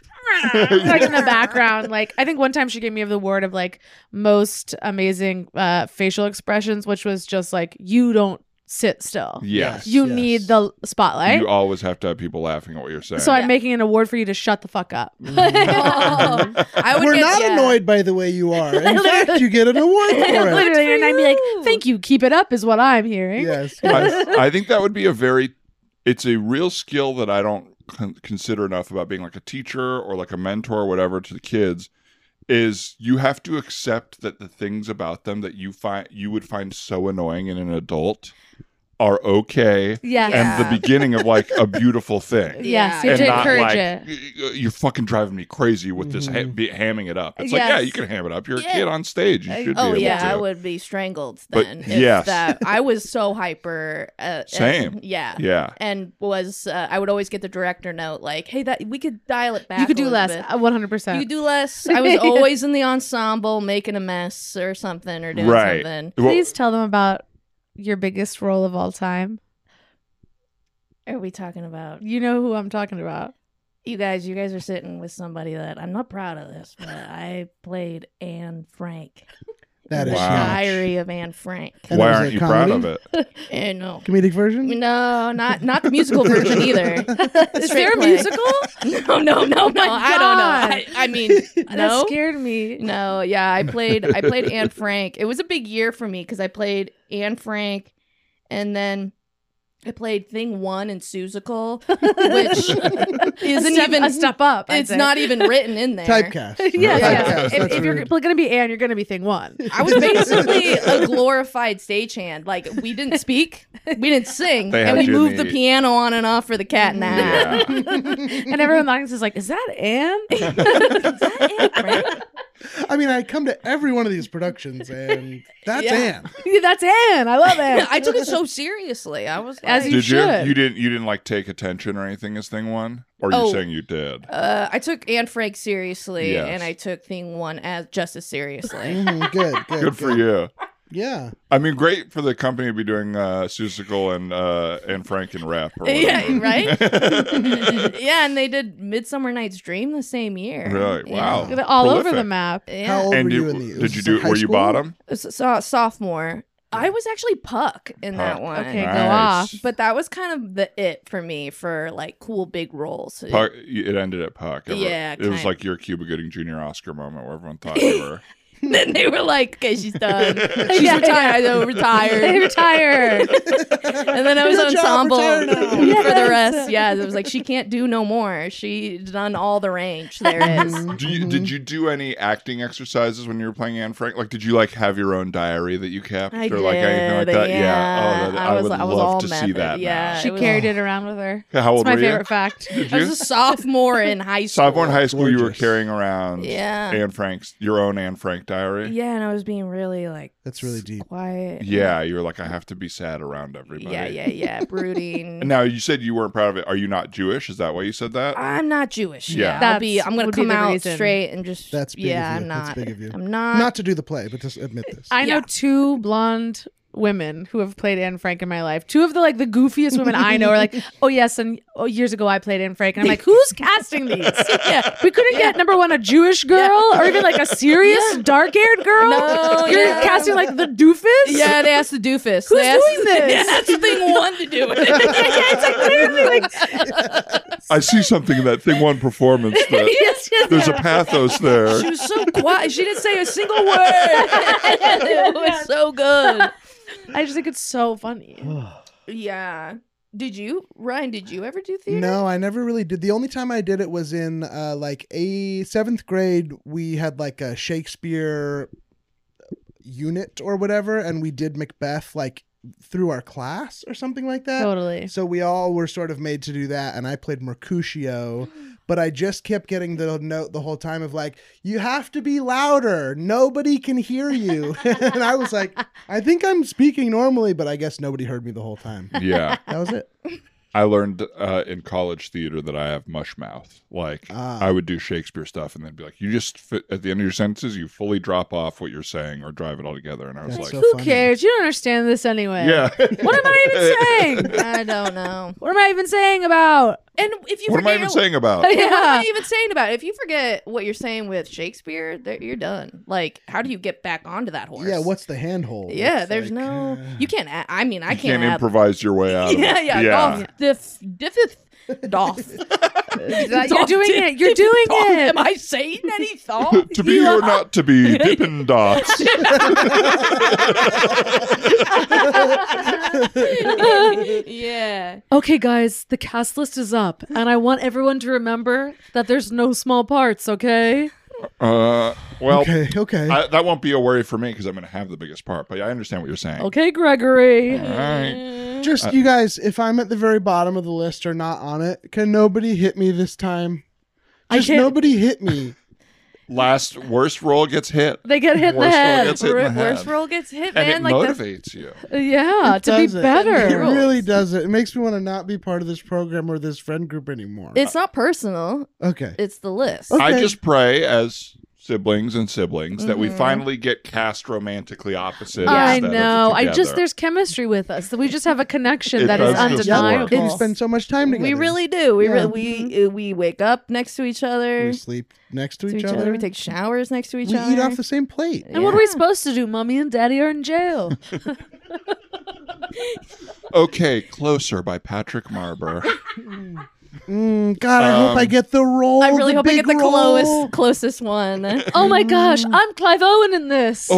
[SPEAKER 6] like in the background. Like, I think one time she gave me of the word of like most amazing uh, facial expressions, which was just like, you don't sit still.
[SPEAKER 3] Yes.
[SPEAKER 6] You
[SPEAKER 4] Yes.
[SPEAKER 6] need the spotlight.
[SPEAKER 3] You always have to have people laughing at what you're saying.
[SPEAKER 6] so I'm making an award for you to shut the fuck up.
[SPEAKER 4] Mm-hmm.
[SPEAKER 5] Oh, I would
[SPEAKER 4] We're
[SPEAKER 5] get-
[SPEAKER 4] not
[SPEAKER 5] yeah.
[SPEAKER 4] annoyed by the way you are. In fact, you get an award for it.
[SPEAKER 6] Literally, and I'd be like, thank you, keep it up, is what I'm hearing.
[SPEAKER 4] Yes.
[SPEAKER 3] I, I think that would be a very it's a real skill that I don't con- consider enough about being like a teacher or like a mentor or whatever to the kids is you have to accept that the things about them that you find you would find so annoying in an adult are okay
[SPEAKER 6] Yeah.
[SPEAKER 3] and the beginning of like a beautiful thing
[SPEAKER 6] Yes, you
[SPEAKER 3] and
[SPEAKER 6] have to
[SPEAKER 3] not
[SPEAKER 6] encourage
[SPEAKER 3] like
[SPEAKER 6] it. Mm-hmm.
[SPEAKER 3] "Y- y- you're fucking driving me crazy with this ha- be- hamming it up. It's like yeah,
[SPEAKER 6] Yes. Uh,
[SPEAKER 3] you can ham it up. You're a
[SPEAKER 5] Yeah.
[SPEAKER 3] kid on stage. You should be
[SPEAKER 5] Oh
[SPEAKER 3] able
[SPEAKER 5] yeah,
[SPEAKER 3] to.
[SPEAKER 5] I would be strangled
[SPEAKER 3] But
[SPEAKER 5] then. if
[SPEAKER 3] yes.
[SPEAKER 5] that I was so hyper. Uh, and-
[SPEAKER 3] Same.
[SPEAKER 5] yeah.
[SPEAKER 3] Yeah.
[SPEAKER 5] And was uh, I would always get the director note like, "Hey, that we could dial it back.
[SPEAKER 6] You could
[SPEAKER 5] a
[SPEAKER 6] do
[SPEAKER 5] little
[SPEAKER 6] less,
[SPEAKER 5] bit."
[SPEAKER 6] uh, 100%.
[SPEAKER 5] You could do less. I was always in the ensemble making a mess or something or doing
[SPEAKER 3] Right.
[SPEAKER 5] something.
[SPEAKER 3] Well,
[SPEAKER 6] Please tell them about your biggest role of all time.
[SPEAKER 5] Are we talking about
[SPEAKER 6] You know who I'm talking about.
[SPEAKER 5] you guys? You guys are sitting with somebody that I'm not proud of this, but I played Anne Frank.
[SPEAKER 4] That
[SPEAKER 5] The
[SPEAKER 4] is
[SPEAKER 3] Wow.
[SPEAKER 4] huge.
[SPEAKER 5] Diary of Anne Frank.
[SPEAKER 4] And
[SPEAKER 3] why
[SPEAKER 4] it was
[SPEAKER 3] aren't
[SPEAKER 4] a
[SPEAKER 3] you proud
[SPEAKER 4] comedy?
[SPEAKER 3] of it?
[SPEAKER 5] And no.
[SPEAKER 4] Comedic version.
[SPEAKER 5] No, not not the musical version either.
[SPEAKER 6] Is there a musical?
[SPEAKER 5] No, no, no, no. I don't know. I, Oh I mean,
[SPEAKER 6] That
[SPEAKER 5] no,
[SPEAKER 6] scared me.
[SPEAKER 5] no. Yeah, I played. I played Anne Frank. It was a big year for me because I played Anne Frank, and then I played Thing One in Susical, which isn't
[SPEAKER 6] Step-
[SPEAKER 5] even
[SPEAKER 6] a step up. I'd
[SPEAKER 5] It's
[SPEAKER 6] say.
[SPEAKER 5] not even written in there.
[SPEAKER 4] Typecast.
[SPEAKER 6] Yeah, yeah.
[SPEAKER 4] Typecast,
[SPEAKER 6] If,
[SPEAKER 4] that's
[SPEAKER 6] if you're
[SPEAKER 4] rude.
[SPEAKER 6] going to be Anne, you're going to be thing one.
[SPEAKER 5] I was basically a glorified stagehand. Like we didn't speak, we didn't sing,
[SPEAKER 3] They
[SPEAKER 5] and we
[SPEAKER 3] had Mm,
[SPEAKER 5] moved the
[SPEAKER 3] Jimmy-
[SPEAKER 5] piano on and off for the cat and the hat.
[SPEAKER 3] Yeah.
[SPEAKER 6] and everyone in the audience is like, is that Anne?
[SPEAKER 4] I mean, I come to every one of these productions, and that's
[SPEAKER 5] Yeah.
[SPEAKER 4] Anne.
[SPEAKER 6] Yeah, That's Anne. I love Anne.
[SPEAKER 5] I took it so seriously. I was like,
[SPEAKER 6] As You
[SPEAKER 3] did
[SPEAKER 6] should.
[SPEAKER 3] you? You didn't. You didn't like take attention or anything as thing one. Or are you
[SPEAKER 5] Oh.
[SPEAKER 3] saying you did?
[SPEAKER 5] uh, I took Anne Frank seriously,
[SPEAKER 3] Yes.
[SPEAKER 5] and I took Thing One as just as seriously.
[SPEAKER 4] Mhm, good, good,
[SPEAKER 3] Good for you.
[SPEAKER 4] Yeah.
[SPEAKER 3] I mean, great for the company to be doing uh, Susical and uh, and Frank and rap. Or
[SPEAKER 5] yeah,
[SPEAKER 3] whatever.
[SPEAKER 5] right. yeah, and they did Midsummer Night's Dream the same year.
[SPEAKER 3] Really?
[SPEAKER 5] Yeah.
[SPEAKER 3] Wow.
[SPEAKER 6] They're all over the
[SPEAKER 3] Prolific.
[SPEAKER 6] map.
[SPEAKER 5] Yeah.
[SPEAKER 4] How old
[SPEAKER 3] And
[SPEAKER 4] were you
[SPEAKER 3] you,
[SPEAKER 4] in the? was
[SPEAKER 3] did you
[SPEAKER 4] this
[SPEAKER 3] do
[SPEAKER 4] in
[SPEAKER 3] it?
[SPEAKER 4] high
[SPEAKER 3] Were you
[SPEAKER 4] school?
[SPEAKER 3] bottom?
[SPEAKER 5] So, sophomore. I was actually Puck in that
[SPEAKER 3] Puck.
[SPEAKER 5] one.
[SPEAKER 6] Okay, go
[SPEAKER 3] Nice.
[SPEAKER 6] off.
[SPEAKER 5] But that was kind of the it for me for like cool big roles.
[SPEAKER 3] Puck, it ended at Puck. Everyone-
[SPEAKER 5] Yeah,
[SPEAKER 3] it was
[SPEAKER 5] kind-
[SPEAKER 3] like your Cuba Gooding Jr. Oscar moment where everyone thought you were.
[SPEAKER 5] then they were like, "Okay, she's done. She's
[SPEAKER 6] Yeah.
[SPEAKER 5] retired. I know,
[SPEAKER 6] They
[SPEAKER 5] retired."
[SPEAKER 6] retired.
[SPEAKER 5] And then I was
[SPEAKER 4] Good job,
[SPEAKER 5] ensemble
[SPEAKER 4] retire now.
[SPEAKER 5] for the rest. Yeah, it was like she can't do no more. She done all the range there is.
[SPEAKER 3] Do you,
[SPEAKER 5] Mm-hmm.
[SPEAKER 3] Did you do any acting exercises when you were playing Anne Frank? Like, did you like have your own diary that you kept,
[SPEAKER 5] I
[SPEAKER 3] or like anything like
[SPEAKER 5] did,
[SPEAKER 3] that?
[SPEAKER 5] yeah.
[SPEAKER 3] Oh, that,
[SPEAKER 5] I
[SPEAKER 3] I,
[SPEAKER 5] was-
[SPEAKER 3] would
[SPEAKER 5] I was all
[SPEAKER 3] love to see
[SPEAKER 5] method,
[SPEAKER 3] that.
[SPEAKER 5] yeah.
[SPEAKER 6] She
[SPEAKER 5] It was-
[SPEAKER 6] carried it around with her.
[SPEAKER 3] Now. How
[SPEAKER 6] It's
[SPEAKER 3] old
[SPEAKER 6] my
[SPEAKER 3] were you?
[SPEAKER 6] favorite fact.
[SPEAKER 3] Did
[SPEAKER 5] I
[SPEAKER 3] you?
[SPEAKER 5] was a sophomore in high school.
[SPEAKER 3] Sophomore in high school, you were
[SPEAKER 4] Gorgeous.
[SPEAKER 3] carrying around
[SPEAKER 5] Yeah.
[SPEAKER 3] Anne Frank's your own Anne Frank diary.
[SPEAKER 5] Yeah, and I was being really like
[SPEAKER 4] That's really deep.
[SPEAKER 5] quiet.
[SPEAKER 3] Yeah, you were like, I have to be sad around everybody.
[SPEAKER 5] yeah, yeah, yeah. Brooding.
[SPEAKER 3] Now you said you weren't proud of it. Are you not Jewish? Is that why you said that?
[SPEAKER 5] I'm not Jewish.
[SPEAKER 3] Yeah.
[SPEAKER 5] Yeah, I'll
[SPEAKER 6] That's-
[SPEAKER 5] be. I'm gonna
[SPEAKER 6] would be
[SPEAKER 5] come
[SPEAKER 6] the
[SPEAKER 5] out
[SPEAKER 6] reason.
[SPEAKER 5] straight and just.
[SPEAKER 4] That's big of
[SPEAKER 5] yeah.
[SPEAKER 4] you.
[SPEAKER 5] I'm
[SPEAKER 4] That's
[SPEAKER 5] not.
[SPEAKER 4] big of you.
[SPEAKER 5] I'm not.
[SPEAKER 4] Not to do the play, but just admit this.
[SPEAKER 6] I know
[SPEAKER 5] Yeah.
[SPEAKER 6] two blonde women who have played Anne Frank in my life. Two of the like the goofiest women I know are like, oh yes, and oh, years ago I played Anne Frank, and I'm like, who's casting these? yeah. We couldn't get number one a Jewish girl or even like a serious dark haired girl.
[SPEAKER 5] No,
[SPEAKER 6] You're
[SPEAKER 5] yeah.
[SPEAKER 6] casting like the doofus.
[SPEAKER 5] Yeah, they asked the doofus.
[SPEAKER 6] Who's
[SPEAKER 5] they asked
[SPEAKER 6] doing this?
[SPEAKER 5] Yeah, that's the thing one to do it.
[SPEAKER 6] yeah, it's like literally like
[SPEAKER 3] I see something in that thing one performance that
[SPEAKER 6] yes, yes,
[SPEAKER 3] there's a
[SPEAKER 6] yes.
[SPEAKER 3] pathos there.
[SPEAKER 5] She was so quiet. She didn't say a single word. it was so good.
[SPEAKER 6] I just think it's so funny.
[SPEAKER 5] Yeah. Did you, Ryan? Did you ever do theater?
[SPEAKER 4] No, I never really did. The only time I did it was in uh, like a seventh grade. We had like a Shakespeare unit or whatever, and we did Macbeth like through our class or something like that.
[SPEAKER 6] Totally.
[SPEAKER 4] So we all were sort of made to do that, and I played Mercutio, but I just kept getting the note the whole time of like, "You have to be louder. Nobody can hear you." and I was like, "I think I'm speaking normally, but I guess nobody heard me the whole time."
[SPEAKER 3] Yeah.
[SPEAKER 4] That was it.
[SPEAKER 3] I learned uh, in college theater that I have mush mouth. Like
[SPEAKER 4] Ah.
[SPEAKER 3] I would do Shakespeare stuff, and then be like, "You just fit, at the end of your sentences, you fully drop off what you're saying or drive it all together." And I was
[SPEAKER 4] That's
[SPEAKER 3] like,
[SPEAKER 4] so
[SPEAKER 6] Who
[SPEAKER 4] funny.
[SPEAKER 6] cares? You don't understand this anyway.
[SPEAKER 3] "Yeah,
[SPEAKER 6] What am I even saying?
[SPEAKER 5] I don't know.
[SPEAKER 6] What am I even saying about?
[SPEAKER 5] And if you
[SPEAKER 3] what am
[SPEAKER 5] forget
[SPEAKER 3] I even saying about?"
[SPEAKER 5] What am
[SPEAKER 6] Yeah.
[SPEAKER 5] I even saying about it? If you forget what you're saying with Shakespeare, that you're done. Like, how do you get back onto that horse?
[SPEAKER 4] Yeah, what's the handhold?
[SPEAKER 5] Yeah,
[SPEAKER 4] It's
[SPEAKER 5] there's
[SPEAKER 4] like,
[SPEAKER 5] no.
[SPEAKER 4] uh,
[SPEAKER 5] You can't. a- I mean, I
[SPEAKER 3] You can't
[SPEAKER 5] can't. add-
[SPEAKER 3] improvise your way out. of
[SPEAKER 5] yeah,
[SPEAKER 3] it.
[SPEAKER 5] yeah, Dolph, the f- the fifth Dolph.
[SPEAKER 6] You're
[SPEAKER 5] You're
[SPEAKER 6] doing it. You're doing it.
[SPEAKER 5] Am I saying any thought?
[SPEAKER 3] to be or not to be, dipping dots.
[SPEAKER 5] yeah.
[SPEAKER 6] Okay, guys, the cast list is up, and I want everyone to remember that there's no small parts. Okay.
[SPEAKER 3] Uh, well,
[SPEAKER 4] Okay, okay.
[SPEAKER 3] I, that won't be a worry for me because I'm going to have the biggest part. But I understand what you're saying.
[SPEAKER 6] Okay, Gregory.
[SPEAKER 3] All right.
[SPEAKER 4] Just you guys, if I'm at the very bottom of the list or not on it, can nobody hit me this time?
[SPEAKER 6] I
[SPEAKER 4] Just
[SPEAKER 6] can't-
[SPEAKER 4] nobody hit me.
[SPEAKER 3] Last worst roll gets hit.
[SPEAKER 6] They get hit in the
[SPEAKER 3] Worst roll
[SPEAKER 6] head.
[SPEAKER 3] gets hit in the head.
[SPEAKER 6] Worst roll gets
[SPEAKER 3] and
[SPEAKER 6] hit, man.
[SPEAKER 3] it
[SPEAKER 6] like the-
[SPEAKER 3] motivates you.
[SPEAKER 6] yeah, to be
[SPEAKER 4] does it.
[SPEAKER 6] better.
[SPEAKER 4] It really does it. It makes me want to not be part of this program or this friend group anymore.
[SPEAKER 5] It's not personal.
[SPEAKER 4] okay.
[SPEAKER 5] It's the list.
[SPEAKER 4] Okay.
[SPEAKER 3] I just pray as siblings and siblings that we finally get cast romantically opposite.
[SPEAKER 6] Mm-hmm. I
[SPEAKER 3] instead of
[SPEAKER 6] know. I just
[SPEAKER 3] together.
[SPEAKER 6] there's chemistry with us. We just have a
[SPEAKER 3] It
[SPEAKER 6] connection that is
[SPEAKER 3] does just work.
[SPEAKER 4] yeah, we
[SPEAKER 6] undeniable.
[SPEAKER 4] spend so much time together.
[SPEAKER 5] We really do. We
[SPEAKER 4] Yeah. Mm-hmm.
[SPEAKER 5] really we uh, we wake up next to each other.
[SPEAKER 4] we sleep next to,
[SPEAKER 5] to
[SPEAKER 4] each, other.
[SPEAKER 5] We take showers next to each
[SPEAKER 4] We
[SPEAKER 5] other.
[SPEAKER 4] eat off the same plate.
[SPEAKER 6] And what are we supposed to do? Mommy and Daddy are in jail.
[SPEAKER 3] Okay, Closer by Patrick Marber.
[SPEAKER 4] Mm, God, I hope I get the roll.
[SPEAKER 5] I really
[SPEAKER 4] Oh, the
[SPEAKER 5] hope I get
[SPEAKER 4] big
[SPEAKER 5] the Oh.
[SPEAKER 4] roll. Mm.
[SPEAKER 5] closest closest one.
[SPEAKER 6] oh my gosh, I'm Clive Owen in this.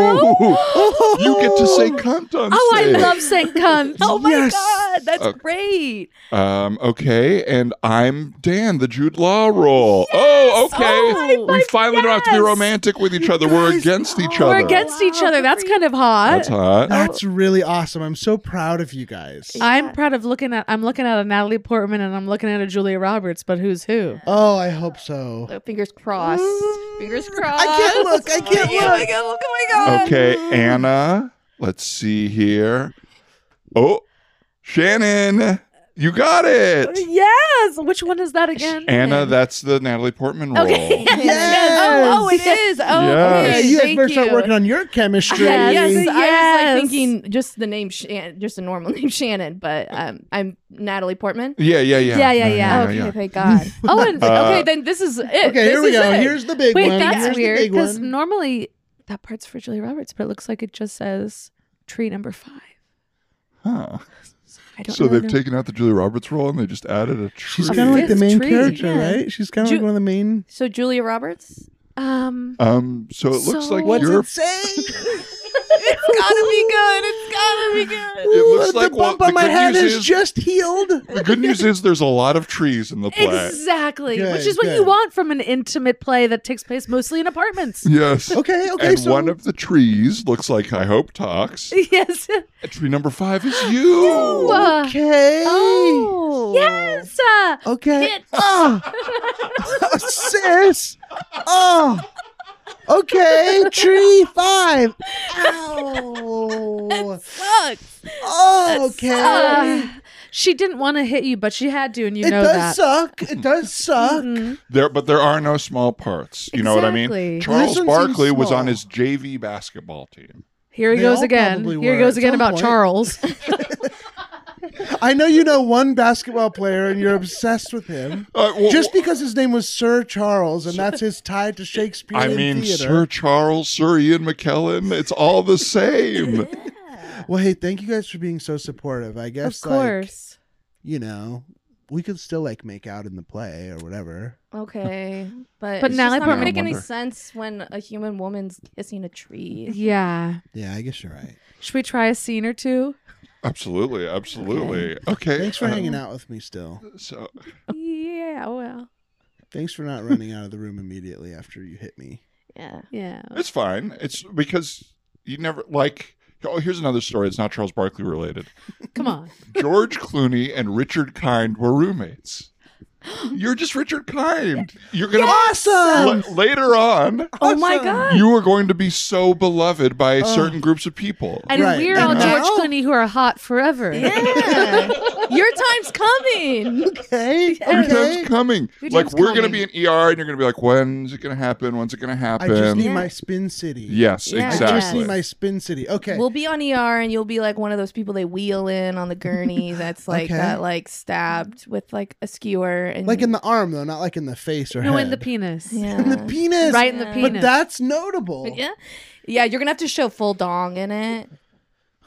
[SPEAKER 3] oh, you get to say cunt on
[SPEAKER 6] Oh, I
[SPEAKER 3] stage.
[SPEAKER 6] love saying cunt.
[SPEAKER 5] Oh my
[SPEAKER 4] Yes.
[SPEAKER 5] god, that's
[SPEAKER 3] Okay.
[SPEAKER 5] great!
[SPEAKER 3] Um, okay, and I'm Dan, the Jude Law role. Oh, okay.
[SPEAKER 6] Oh, my
[SPEAKER 3] we finally don't have to be
[SPEAKER 6] yes.
[SPEAKER 3] romantic with each other. We're against each other.
[SPEAKER 6] We're against each other. That's kind of
[SPEAKER 3] That's hot.
[SPEAKER 6] hot.
[SPEAKER 4] That's really awesome. I'm so proud of you guys.
[SPEAKER 6] I'm proud of looking at. I'm looking at a Natalie Portman and I'm looking at a Julia Roberts, but who's who?
[SPEAKER 4] Oh, I hope so.
[SPEAKER 5] So fingers crossed. Fingers crossed.
[SPEAKER 4] Mm. I can't look. I can't
[SPEAKER 5] Oh my
[SPEAKER 4] look.
[SPEAKER 5] god! Look! Oh my god!
[SPEAKER 3] Okay, Anna. Let's see here. Oh, Shannon, you got it.
[SPEAKER 6] Yes. Which one is that again?
[SPEAKER 3] Anna, that's the Natalie Portman role.
[SPEAKER 4] Yes.
[SPEAKER 5] Oh, oh, it is. Oh,
[SPEAKER 3] Yes.
[SPEAKER 4] Yeah,
[SPEAKER 5] okay.
[SPEAKER 4] you guys
[SPEAKER 5] Thank
[SPEAKER 4] better start
[SPEAKER 5] you.
[SPEAKER 4] working on your chemistry.
[SPEAKER 5] Yeah, yes,
[SPEAKER 6] Yes.
[SPEAKER 5] I was like
[SPEAKER 6] Yes.
[SPEAKER 5] thinking just the name, Shan- just a normal name, Shannon. But um, I'm Natalie Portman. Oh,
[SPEAKER 3] Yeah, yeah, yeah.
[SPEAKER 6] Yeah, yeah, yeah.
[SPEAKER 5] okay, thank God.
[SPEAKER 6] Oh, and
[SPEAKER 5] okay,
[SPEAKER 3] Uh,
[SPEAKER 5] then this is it.
[SPEAKER 4] Okay,
[SPEAKER 5] This
[SPEAKER 4] here we
[SPEAKER 5] is
[SPEAKER 4] go.
[SPEAKER 5] it.
[SPEAKER 4] Here's the big
[SPEAKER 6] wait,
[SPEAKER 4] one.
[SPEAKER 6] that's
[SPEAKER 4] Here's the
[SPEAKER 6] weird
[SPEAKER 4] big
[SPEAKER 6] because
[SPEAKER 4] one.
[SPEAKER 6] normally that part's for Julia Roberts, but it looks like it just says tree number five.
[SPEAKER 3] Huh.
[SPEAKER 6] I don't
[SPEAKER 3] So
[SPEAKER 6] really
[SPEAKER 3] they've
[SPEAKER 6] know.
[SPEAKER 3] taken out the Julia Roberts role and they just added a tree.
[SPEAKER 4] She's kind of like the
[SPEAKER 6] fifth
[SPEAKER 4] main
[SPEAKER 6] tree.
[SPEAKER 4] character,
[SPEAKER 6] Yeah.
[SPEAKER 4] right? She's kind of
[SPEAKER 5] Ju-
[SPEAKER 4] like one of the main.
[SPEAKER 5] So Julia Roberts.
[SPEAKER 6] um.
[SPEAKER 3] um, so it looks
[SPEAKER 6] So-
[SPEAKER 3] like
[SPEAKER 6] What's
[SPEAKER 3] you're.
[SPEAKER 5] It's gotta be good. It's gotta be good.
[SPEAKER 3] It looks like
[SPEAKER 4] the
[SPEAKER 3] well,
[SPEAKER 4] bump on my
[SPEAKER 3] good
[SPEAKER 4] head
[SPEAKER 3] news
[SPEAKER 4] is, just healed.
[SPEAKER 3] The good news is there's a lot of trees in the play.
[SPEAKER 6] Exactly,
[SPEAKER 4] Good,
[SPEAKER 6] which is what you
[SPEAKER 4] good.
[SPEAKER 6] want from an intimate play that takes place mostly in apartments.
[SPEAKER 3] Yes.
[SPEAKER 4] Okay, okay.
[SPEAKER 3] and
[SPEAKER 4] so
[SPEAKER 3] one of the trees looks like I hope talks.
[SPEAKER 6] yes.
[SPEAKER 3] Tree number five is you.
[SPEAKER 6] Uh,
[SPEAKER 4] okay,
[SPEAKER 6] oh. Yes. uh,
[SPEAKER 4] okay. Oh. sis. Oh. Okay, tree five. Ow.
[SPEAKER 5] Sucks.
[SPEAKER 4] Oh, okay.
[SPEAKER 6] uh, she didn't want to hit you, but she had to, and you
[SPEAKER 4] It
[SPEAKER 6] know
[SPEAKER 4] does
[SPEAKER 6] that.
[SPEAKER 4] suck. It does suck.
[SPEAKER 3] There, but there are no small parts. You know what I
[SPEAKER 6] Exactly.
[SPEAKER 3] mean? Charles
[SPEAKER 4] This one seems
[SPEAKER 3] Barkley was
[SPEAKER 4] small.
[SPEAKER 3] on his JV basketball team.
[SPEAKER 6] Here he
[SPEAKER 4] They
[SPEAKER 6] goes
[SPEAKER 4] all
[SPEAKER 6] again.
[SPEAKER 4] probably
[SPEAKER 6] Here he
[SPEAKER 4] were
[SPEAKER 6] goes
[SPEAKER 4] at
[SPEAKER 6] again
[SPEAKER 4] some
[SPEAKER 6] about
[SPEAKER 4] point.
[SPEAKER 6] Charles.
[SPEAKER 4] I know you know one basketball player and you're obsessed with him.
[SPEAKER 3] Uh, well,
[SPEAKER 4] Just because his name was Sir Charles and that's his tie to Shakespeare.
[SPEAKER 3] I mean,
[SPEAKER 4] theater.
[SPEAKER 3] Sir Charles, Sir Ian McKellen, it's all the same.
[SPEAKER 4] Well, hey, thank you guys for being so supportive. I
[SPEAKER 6] of
[SPEAKER 4] guess, like,
[SPEAKER 6] course.
[SPEAKER 4] you know, we could still like make out in the play or whatever.
[SPEAKER 5] Okay, but
[SPEAKER 6] But
[SPEAKER 5] it's
[SPEAKER 6] now
[SPEAKER 5] just
[SPEAKER 6] I
[SPEAKER 5] not
[SPEAKER 6] put-
[SPEAKER 5] gonna make any
[SPEAKER 3] Wonder.
[SPEAKER 5] sense when a human woman's kissing a tree.
[SPEAKER 6] yeah.
[SPEAKER 4] Yeah, I guess you're right.
[SPEAKER 6] Should we try a scene or two?
[SPEAKER 3] Absolutely, absolutely. Okay.
[SPEAKER 4] Thanks for
[SPEAKER 3] uh,
[SPEAKER 4] hanging out with me still.
[SPEAKER 3] So,
[SPEAKER 6] yeah. Well.
[SPEAKER 4] Thanks for not running out of the room immediately after you hit me.
[SPEAKER 5] Yeah,
[SPEAKER 6] Yeah.
[SPEAKER 3] it's fine. It's because you never like. Oh, here's another story. It's not Charles Barkley related.
[SPEAKER 6] Come on.
[SPEAKER 3] George Clooney and Richard Kind were roommates. You're just Richard Kind. You're gonna
[SPEAKER 4] Awesome!
[SPEAKER 3] La- later on.
[SPEAKER 5] Oh my God.
[SPEAKER 3] You are going to be so beloved by certain groups of people.
[SPEAKER 6] And
[SPEAKER 4] Right.
[SPEAKER 6] we're
[SPEAKER 4] And
[SPEAKER 6] all George
[SPEAKER 4] now-
[SPEAKER 6] Clooney who are hot forever.
[SPEAKER 5] yeah. your time's coming.
[SPEAKER 4] Okay.
[SPEAKER 3] Your
[SPEAKER 4] okay.
[SPEAKER 3] time's coming.
[SPEAKER 6] Your
[SPEAKER 3] like
[SPEAKER 6] time's
[SPEAKER 3] we're gonna
[SPEAKER 6] coming.
[SPEAKER 3] be an ER, and you're gonna be like, "When's it gonna happen? When's it gonna
[SPEAKER 4] I
[SPEAKER 3] happen?"
[SPEAKER 4] just need my Spin City.
[SPEAKER 3] yes,
[SPEAKER 5] Yeah.
[SPEAKER 4] I just
[SPEAKER 3] exactly.
[SPEAKER 4] need my Spin City. Okay.
[SPEAKER 5] We'll be on ER, and you'll be like one of those people they wheel in on the gurney. That's like
[SPEAKER 4] Okay.
[SPEAKER 5] that, like stabbed with like a skewer, and
[SPEAKER 4] like in the arm though, not like in the face or
[SPEAKER 6] No, in the
[SPEAKER 4] head.
[SPEAKER 6] penis.
[SPEAKER 5] yeah.
[SPEAKER 4] In the penis.
[SPEAKER 6] Right in the
[SPEAKER 4] But
[SPEAKER 6] penis.
[SPEAKER 4] that's notable.
[SPEAKER 5] yeah, yeah. You're gonna have to show full dong in it.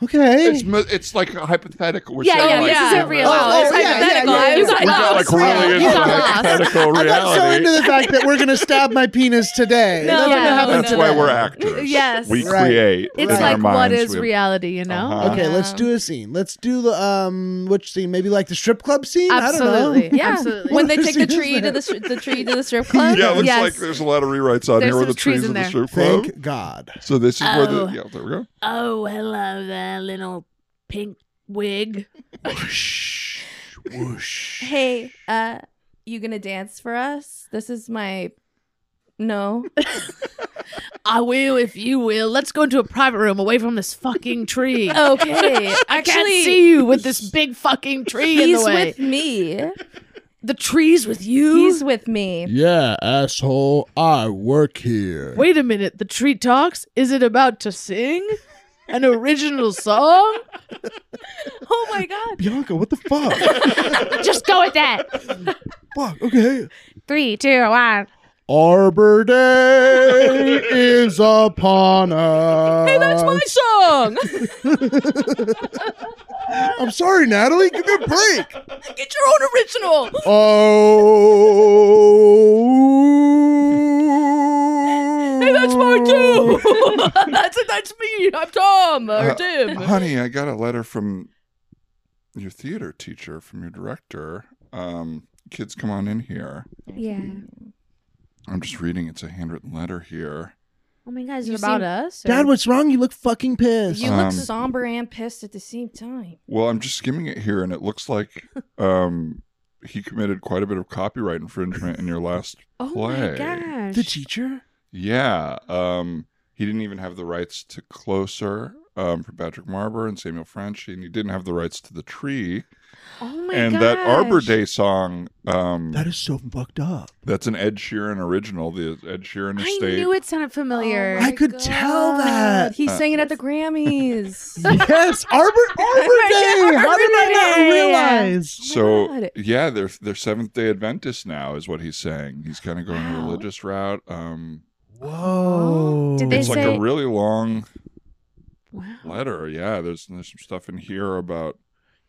[SPEAKER 3] It's,
[SPEAKER 4] Okay.
[SPEAKER 3] mo- it's like a hypothetical. We're
[SPEAKER 6] Yeah,
[SPEAKER 3] saying
[SPEAKER 6] yeah,
[SPEAKER 3] like,
[SPEAKER 6] this isn't real.
[SPEAKER 5] Oh,
[SPEAKER 4] Oh,
[SPEAKER 5] it's
[SPEAKER 4] yeah, yeah,
[SPEAKER 5] hypothetical.
[SPEAKER 4] yeah, yeah.
[SPEAKER 5] You
[SPEAKER 3] We
[SPEAKER 5] got
[SPEAKER 3] got like
[SPEAKER 5] lost.
[SPEAKER 3] really
[SPEAKER 5] Yeah.
[SPEAKER 3] into
[SPEAKER 5] You got
[SPEAKER 3] the
[SPEAKER 5] lost.
[SPEAKER 3] hypothetical
[SPEAKER 4] I got so
[SPEAKER 3] reality.
[SPEAKER 4] into the fact that we're gonna stab my penis today.
[SPEAKER 6] No,
[SPEAKER 4] That's
[SPEAKER 6] yeah,
[SPEAKER 4] gonna happen
[SPEAKER 3] That's
[SPEAKER 6] Oh, no,
[SPEAKER 3] why
[SPEAKER 4] today.
[SPEAKER 3] we're actors.
[SPEAKER 6] Yes.
[SPEAKER 3] we
[SPEAKER 4] Right.
[SPEAKER 3] create.
[SPEAKER 6] It's
[SPEAKER 3] in our
[SPEAKER 6] like what
[SPEAKER 3] minds.
[SPEAKER 6] is
[SPEAKER 3] We-
[SPEAKER 6] reality, you know?
[SPEAKER 3] Uh-huh.
[SPEAKER 4] Okay, let's
[SPEAKER 5] Yeah.
[SPEAKER 4] do a scene. Let's do the um, which scene? Maybe like the strip club scene. I don't
[SPEAKER 6] Absolutely.
[SPEAKER 4] know.
[SPEAKER 5] Yeah,
[SPEAKER 6] Absolutely.
[SPEAKER 5] when they
[SPEAKER 4] What
[SPEAKER 5] take the
[SPEAKER 4] is
[SPEAKER 5] tree to
[SPEAKER 4] that?
[SPEAKER 5] the, stri- the tree to the strip club.
[SPEAKER 3] Yeah, it looks
[SPEAKER 6] Yes.
[SPEAKER 3] like there's a lot of rewrites on
[SPEAKER 6] There's
[SPEAKER 3] here with
[SPEAKER 6] some
[SPEAKER 3] the trees
[SPEAKER 6] trees
[SPEAKER 3] in
[SPEAKER 6] in
[SPEAKER 3] the
[SPEAKER 6] there.
[SPEAKER 3] strip club.
[SPEAKER 4] Thank God.
[SPEAKER 3] So this is where the
[SPEAKER 6] Oh.
[SPEAKER 3] yeah, there we go.
[SPEAKER 6] Oh, hello there, little pink wig.
[SPEAKER 5] Hey, uh, you gonna dance for us? This is my no.
[SPEAKER 6] I will if you will. Let's go into a private room away from this fucking tree.
[SPEAKER 5] Okay,
[SPEAKER 6] I can't see you with this big fucking tree in
[SPEAKER 5] he's
[SPEAKER 6] the way.
[SPEAKER 5] with me.
[SPEAKER 6] the tree's with you.
[SPEAKER 5] He's with me.
[SPEAKER 7] Yeah, asshole, I work here.
[SPEAKER 6] Wait a minute, the tree talks? Is it about to sing? An original song?
[SPEAKER 5] Oh my god.
[SPEAKER 4] Bianca, what the fuck?
[SPEAKER 6] Just go with that.
[SPEAKER 4] fuck. Okay.
[SPEAKER 6] Three, two, one.
[SPEAKER 7] Arbor Day is upon us. Hey, that's my
[SPEAKER 5] Song.
[SPEAKER 4] I'm sorry, Natalie. Give me a break.
[SPEAKER 5] Get your own original.
[SPEAKER 7] Oh. Hey,
[SPEAKER 5] That's mine too. that's that's me. I'm Tom or
[SPEAKER 3] Uh,
[SPEAKER 5] Tim.
[SPEAKER 3] Honey, I got a letter from your theater teacher, from your director. Um, kids, come on in here.
[SPEAKER 6] Yeah.
[SPEAKER 3] I'm just reading. It's a handwritten letter here.
[SPEAKER 6] Oh my god,
[SPEAKER 5] You seem-
[SPEAKER 6] us? or-
[SPEAKER 4] Dad, what's wrong? You look fucking pissed.
[SPEAKER 5] You
[SPEAKER 3] Um,
[SPEAKER 5] look somber and pissed at the same time.
[SPEAKER 3] Well, I'm just skimming it here, and it looks like um, he committed quite a bit of copyright infringement in your last
[SPEAKER 6] Oh
[SPEAKER 3] play.
[SPEAKER 6] my
[SPEAKER 4] The
[SPEAKER 6] gosh.
[SPEAKER 4] teacher?
[SPEAKER 3] Yeah. Um, he didn't even have the rights to Closer um, from Patrick Marber and Samuel French, and he didn't have the rights to The Tree.
[SPEAKER 6] Oh my
[SPEAKER 3] and that Arbor
[SPEAKER 6] gosh.
[SPEAKER 3] Day song, um,
[SPEAKER 4] That is so fucked up.
[SPEAKER 3] that's an Ed Sheeran original. The Ed Sheeran
[SPEAKER 6] I
[SPEAKER 3] estate.
[SPEAKER 6] knew it sounded familiar.
[SPEAKER 3] Oh
[SPEAKER 6] Oh
[SPEAKER 4] I could tell that.
[SPEAKER 3] Uh,
[SPEAKER 5] He sang it at the Grammys.
[SPEAKER 4] yes, Arbor Oh Arbor Day. How did I not realize?
[SPEAKER 3] So
[SPEAKER 5] God.
[SPEAKER 3] yeah, they're they're Seventh Day Adventist now, is what he's saying. He's kind of going the religious route. Um,
[SPEAKER 4] Whoa.
[SPEAKER 6] Did they
[SPEAKER 3] it's like
[SPEAKER 6] say-
[SPEAKER 3] a really long
[SPEAKER 6] Wow.
[SPEAKER 3] letter. Yeah, there's there's some stuff in here about.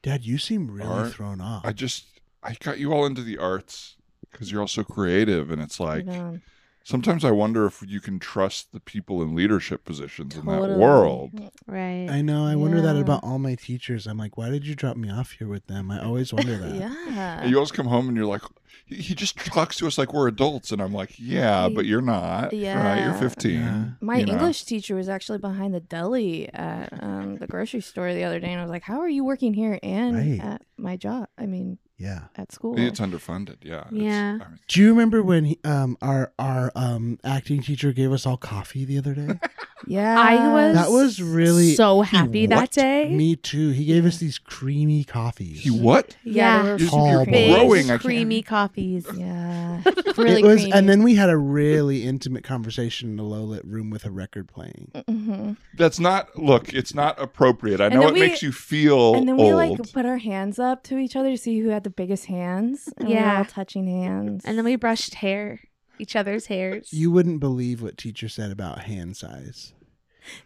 [SPEAKER 4] Dad, you seem really
[SPEAKER 3] Art-
[SPEAKER 4] thrown off.
[SPEAKER 3] I just I got you all into the arts because you're all so creative, and it's like
[SPEAKER 5] No.
[SPEAKER 3] sometimes I wonder if you can trust the people in leadership positions in that
[SPEAKER 5] Totally.
[SPEAKER 3] world.
[SPEAKER 6] Right.
[SPEAKER 4] I know. I wonder that
[SPEAKER 5] Yeah.
[SPEAKER 4] about all my teachers. I'm like, why did you drop me off here with them? I always wonder that.
[SPEAKER 5] Yeah.
[SPEAKER 3] And you always come home and you're like, he he just talks to us like we're adults, and I'm like, yeah, but you're not. right? you're
[SPEAKER 5] Yeah.
[SPEAKER 3] 15.
[SPEAKER 4] Yeah.
[SPEAKER 5] My
[SPEAKER 3] you know?
[SPEAKER 5] English teacher was actually behind the deli at um, the grocery store the other day, and I was like, "How are you working here and
[SPEAKER 4] Right.
[SPEAKER 5] at my job? I mean,
[SPEAKER 4] Yeah.
[SPEAKER 5] at school."
[SPEAKER 3] It's underfunded. Yeah. It's-
[SPEAKER 6] Yeah.
[SPEAKER 3] I mean,
[SPEAKER 4] Do you remember when he, um our our um acting teacher gave us all coffee the other day?
[SPEAKER 5] Yeah.
[SPEAKER 6] I was
[SPEAKER 4] That was really
[SPEAKER 6] so happy that
[SPEAKER 4] What?
[SPEAKER 6] day.
[SPEAKER 4] Me too. He gave us these creamy coffees.
[SPEAKER 3] He what?
[SPEAKER 6] Yeah.
[SPEAKER 5] they were
[SPEAKER 3] You're,
[SPEAKER 4] Tall
[SPEAKER 3] you're
[SPEAKER 4] boy.
[SPEAKER 6] Big,
[SPEAKER 3] growing. I can't.
[SPEAKER 6] creamy coffees.
[SPEAKER 5] Yeah.
[SPEAKER 4] it was, and then we had a really intimate conversation in a low lit room with a record playing.
[SPEAKER 5] hmm
[SPEAKER 3] That's not. Look, it's not appropriate. I
[SPEAKER 5] And
[SPEAKER 3] know
[SPEAKER 5] then
[SPEAKER 3] it
[SPEAKER 5] we-
[SPEAKER 3] makes you feel
[SPEAKER 5] And then we
[SPEAKER 3] old.
[SPEAKER 5] like put our hands up to each other to see who had the biggest hands. And we were
[SPEAKER 6] Yeah.
[SPEAKER 5] all touching hands.
[SPEAKER 6] And then we brushed hair, each other's hairs.
[SPEAKER 4] You wouldn't believe what teacher said about hand size.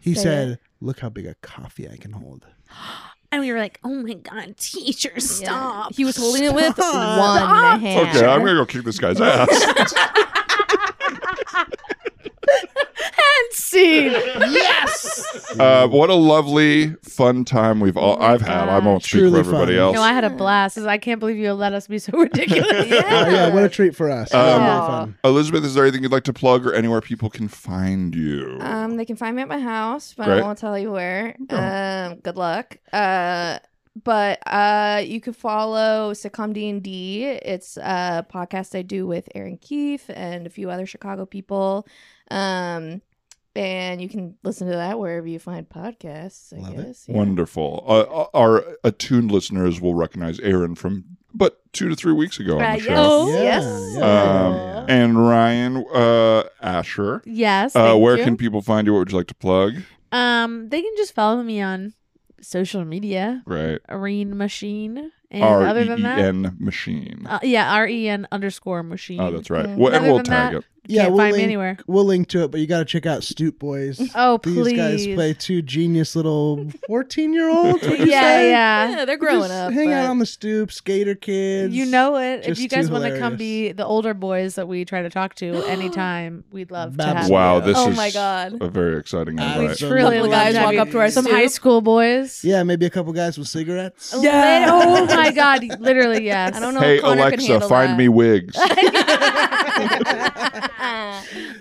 [SPEAKER 4] He
[SPEAKER 5] Say it.
[SPEAKER 4] said, "Look how big a coffee I can hold."
[SPEAKER 6] and we were like, "Oh my god, teacher,
[SPEAKER 5] Yeah.
[SPEAKER 6] stop!"
[SPEAKER 5] He was holding it with one
[SPEAKER 6] Stop.
[SPEAKER 5] hand.
[SPEAKER 3] okay, I'm gonna go kick this guy's ass.
[SPEAKER 6] And scene.
[SPEAKER 3] uh, what a lovely, fun time we've
[SPEAKER 5] Oh
[SPEAKER 3] all I've had. I won't speak for
[SPEAKER 4] Truly
[SPEAKER 3] everybody
[SPEAKER 4] fun.
[SPEAKER 3] else.
[SPEAKER 6] No, I had a blast. I was like, I can't believe you let us be so ridiculous.
[SPEAKER 4] Oh, yeah, what a treat for us. That was
[SPEAKER 3] Um,
[SPEAKER 4] really fun.
[SPEAKER 3] Elizabeth, is there anything you'd like to plug or anywhere people can find you?
[SPEAKER 5] Um, they can find me at my house, but
[SPEAKER 3] Great.
[SPEAKER 5] I won't tell you where.
[SPEAKER 4] Oh.
[SPEAKER 5] Um, good luck. Uh, but uh, you can follow Sitcom D and D. It's a podcast I do with Aaron Keefe and a few other Chicago people. Um, and you can listen to that wherever you find podcasts. I
[SPEAKER 4] Love it.
[SPEAKER 5] guess. Yeah.
[SPEAKER 3] Wonderful. Uh, our attuned listeners will recognize Aaron from, but two to three weeks ago on
[SPEAKER 5] Uh,
[SPEAKER 3] the
[SPEAKER 5] yes.
[SPEAKER 3] show.
[SPEAKER 6] Oh.
[SPEAKER 5] Yes.
[SPEAKER 4] Yeah,
[SPEAKER 3] Um,
[SPEAKER 4] yeah.
[SPEAKER 3] And Ryan uh, Asher,
[SPEAKER 6] Yes.
[SPEAKER 3] uh,
[SPEAKER 6] thank
[SPEAKER 3] where
[SPEAKER 6] you.
[SPEAKER 3] can people find you? What would you like to plug?
[SPEAKER 6] um they can just follow me on social media,
[SPEAKER 3] Right.
[SPEAKER 6] Arene Machine, and other than that,
[SPEAKER 3] R-E-E-N E machine.
[SPEAKER 5] um,
[SPEAKER 6] uh, yeah, R E N underscore Machine.
[SPEAKER 3] oh, that's right.
[SPEAKER 5] Mm.
[SPEAKER 3] Well, and
[SPEAKER 6] Other
[SPEAKER 3] we'll
[SPEAKER 6] than
[SPEAKER 3] tag
[SPEAKER 6] that-
[SPEAKER 3] it.
[SPEAKER 4] Yeah,
[SPEAKER 6] can't
[SPEAKER 4] we'll
[SPEAKER 6] find me
[SPEAKER 4] link-
[SPEAKER 6] anywhere.
[SPEAKER 4] We'll link to it, but you got to check out Stoop Boys.
[SPEAKER 6] Oh,
[SPEAKER 4] These
[SPEAKER 6] please.
[SPEAKER 4] guys play two genius little fourteen-year-olds.
[SPEAKER 6] Yeah, yeah.
[SPEAKER 5] Yeah, they're growing
[SPEAKER 4] Just
[SPEAKER 5] up.
[SPEAKER 4] Hang out
[SPEAKER 5] but-
[SPEAKER 4] on the stoop, skater kids.
[SPEAKER 6] You know it. If
[SPEAKER 4] just
[SPEAKER 6] you guys
[SPEAKER 4] too
[SPEAKER 6] want to come
[SPEAKER 4] hilarious.
[SPEAKER 6] be the older boys that we try to talk to anytime, we'd love to
[SPEAKER 4] Babs.
[SPEAKER 6] have.
[SPEAKER 3] Wow,
[SPEAKER 4] Yeah.
[SPEAKER 3] this
[SPEAKER 5] oh
[SPEAKER 3] is
[SPEAKER 5] my god.
[SPEAKER 3] a very exciting
[SPEAKER 4] Absolutely.
[SPEAKER 3] invite.
[SPEAKER 6] Truly
[SPEAKER 4] Couple
[SPEAKER 6] love
[SPEAKER 5] guys
[SPEAKER 6] to have
[SPEAKER 5] walk
[SPEAKER 6] you.
[SPEAKER 5] up to our
[SPEAKER 6] some
[SPEAKER 5] stoop.
[SPEAKER 6] high school boys.
[SPEAKER 4] Yeah, maybe a couple guys with cigarettes.
[SPEAKER 6] Yeah. oh my God. Literally, yes.
[SPEAKER 5] I don't know.
[SPEAKER 3] Hey,
[SPEAKER 5] if Connor can
[SPEAKER 3] Alexa,
[SPEAKER 5] handle
[SPEAKER 3] find
[SPEAKER 5] that.
[SPEAKER 3] me wigs.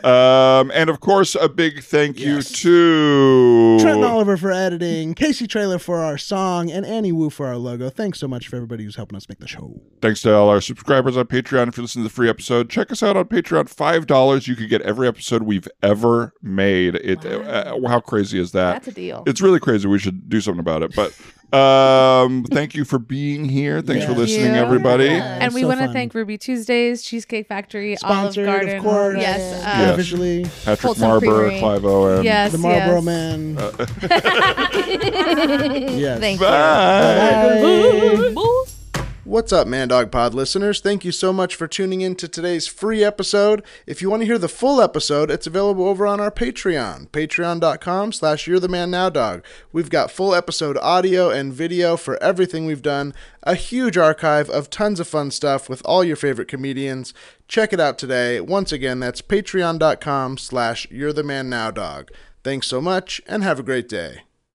[SPEAKER 3] um, and of course, a big thank you
[SPEAKER 4] Yes.
[SPEAKER 3] to
[SPEAKER 4] Trenton Oliver for editing, Casey Trailer for our song, and Annie Wu for our logo. Thanks so much for everybody who's helping us make the show.
[SPEAKER 3] Thanks to all our subscribers on Patreon. If you listen to the free episode, check us out on Patreon. Five dollars, you could get every episode we've ever made. It uh, how crazy is that?
[SPEAKER 5] That's a deal.
[SPEAKER 3] it's really crazy. We should do something about it. But um, thank you for being here. Thanks for
[SPEAKER 4] Yes.
[SPEAKER 3] listening,
[SPEAKER 6] Yeah.
[SPEAKER 3] everybody.
[SPEAKER 4] Yeah.
[SPEAKER 6] And we
[SPEAKER 4] So
[SPEAKER 6] want to
[SPEAKER 4] fun.
[SPEAKER 6] thank Ruby Tuesdays, Cheesecake Factory,
[SPEAKER 4] Sponsored,
[SPEAKER 6] Olive Garden.
[SPEAKER 4] of course.
[SPEAKER 5] Yes,
[SPEAKER 6] uh, Yes.
[SPEAKER 4] Visually,
[SPEAKER 3] Patrick
[SPEAKER 5] Wholesome
[SPEAKER 3] Marber,
[SPEAKER 5] Creamery.
[SPEAKER 3] Clive Owen.
[SPEAKER 6] Yes.
[SPEAKER 4] the Marlboro
[SPEAKER 6] yes.
[SPEAKER 4] Man. yes.
[SPEAKER 5] Thank you.
[SPEAKER 3] Bye.
[SPEAKER 1] What's up, Man Dog Pod listeners? Thank you so much for tuning in to today's free episode. If you want to hear the full episode, it's available over on our Patreon, patreon.com slash you're the man now dog. We've got full episode audio and video for everything we've done, a huge archive of tons of fun stuff with all your favorite comedians. Check it out today. Once again, that's patreon.com slash you're the man now dog. Thanks so much and have a great day.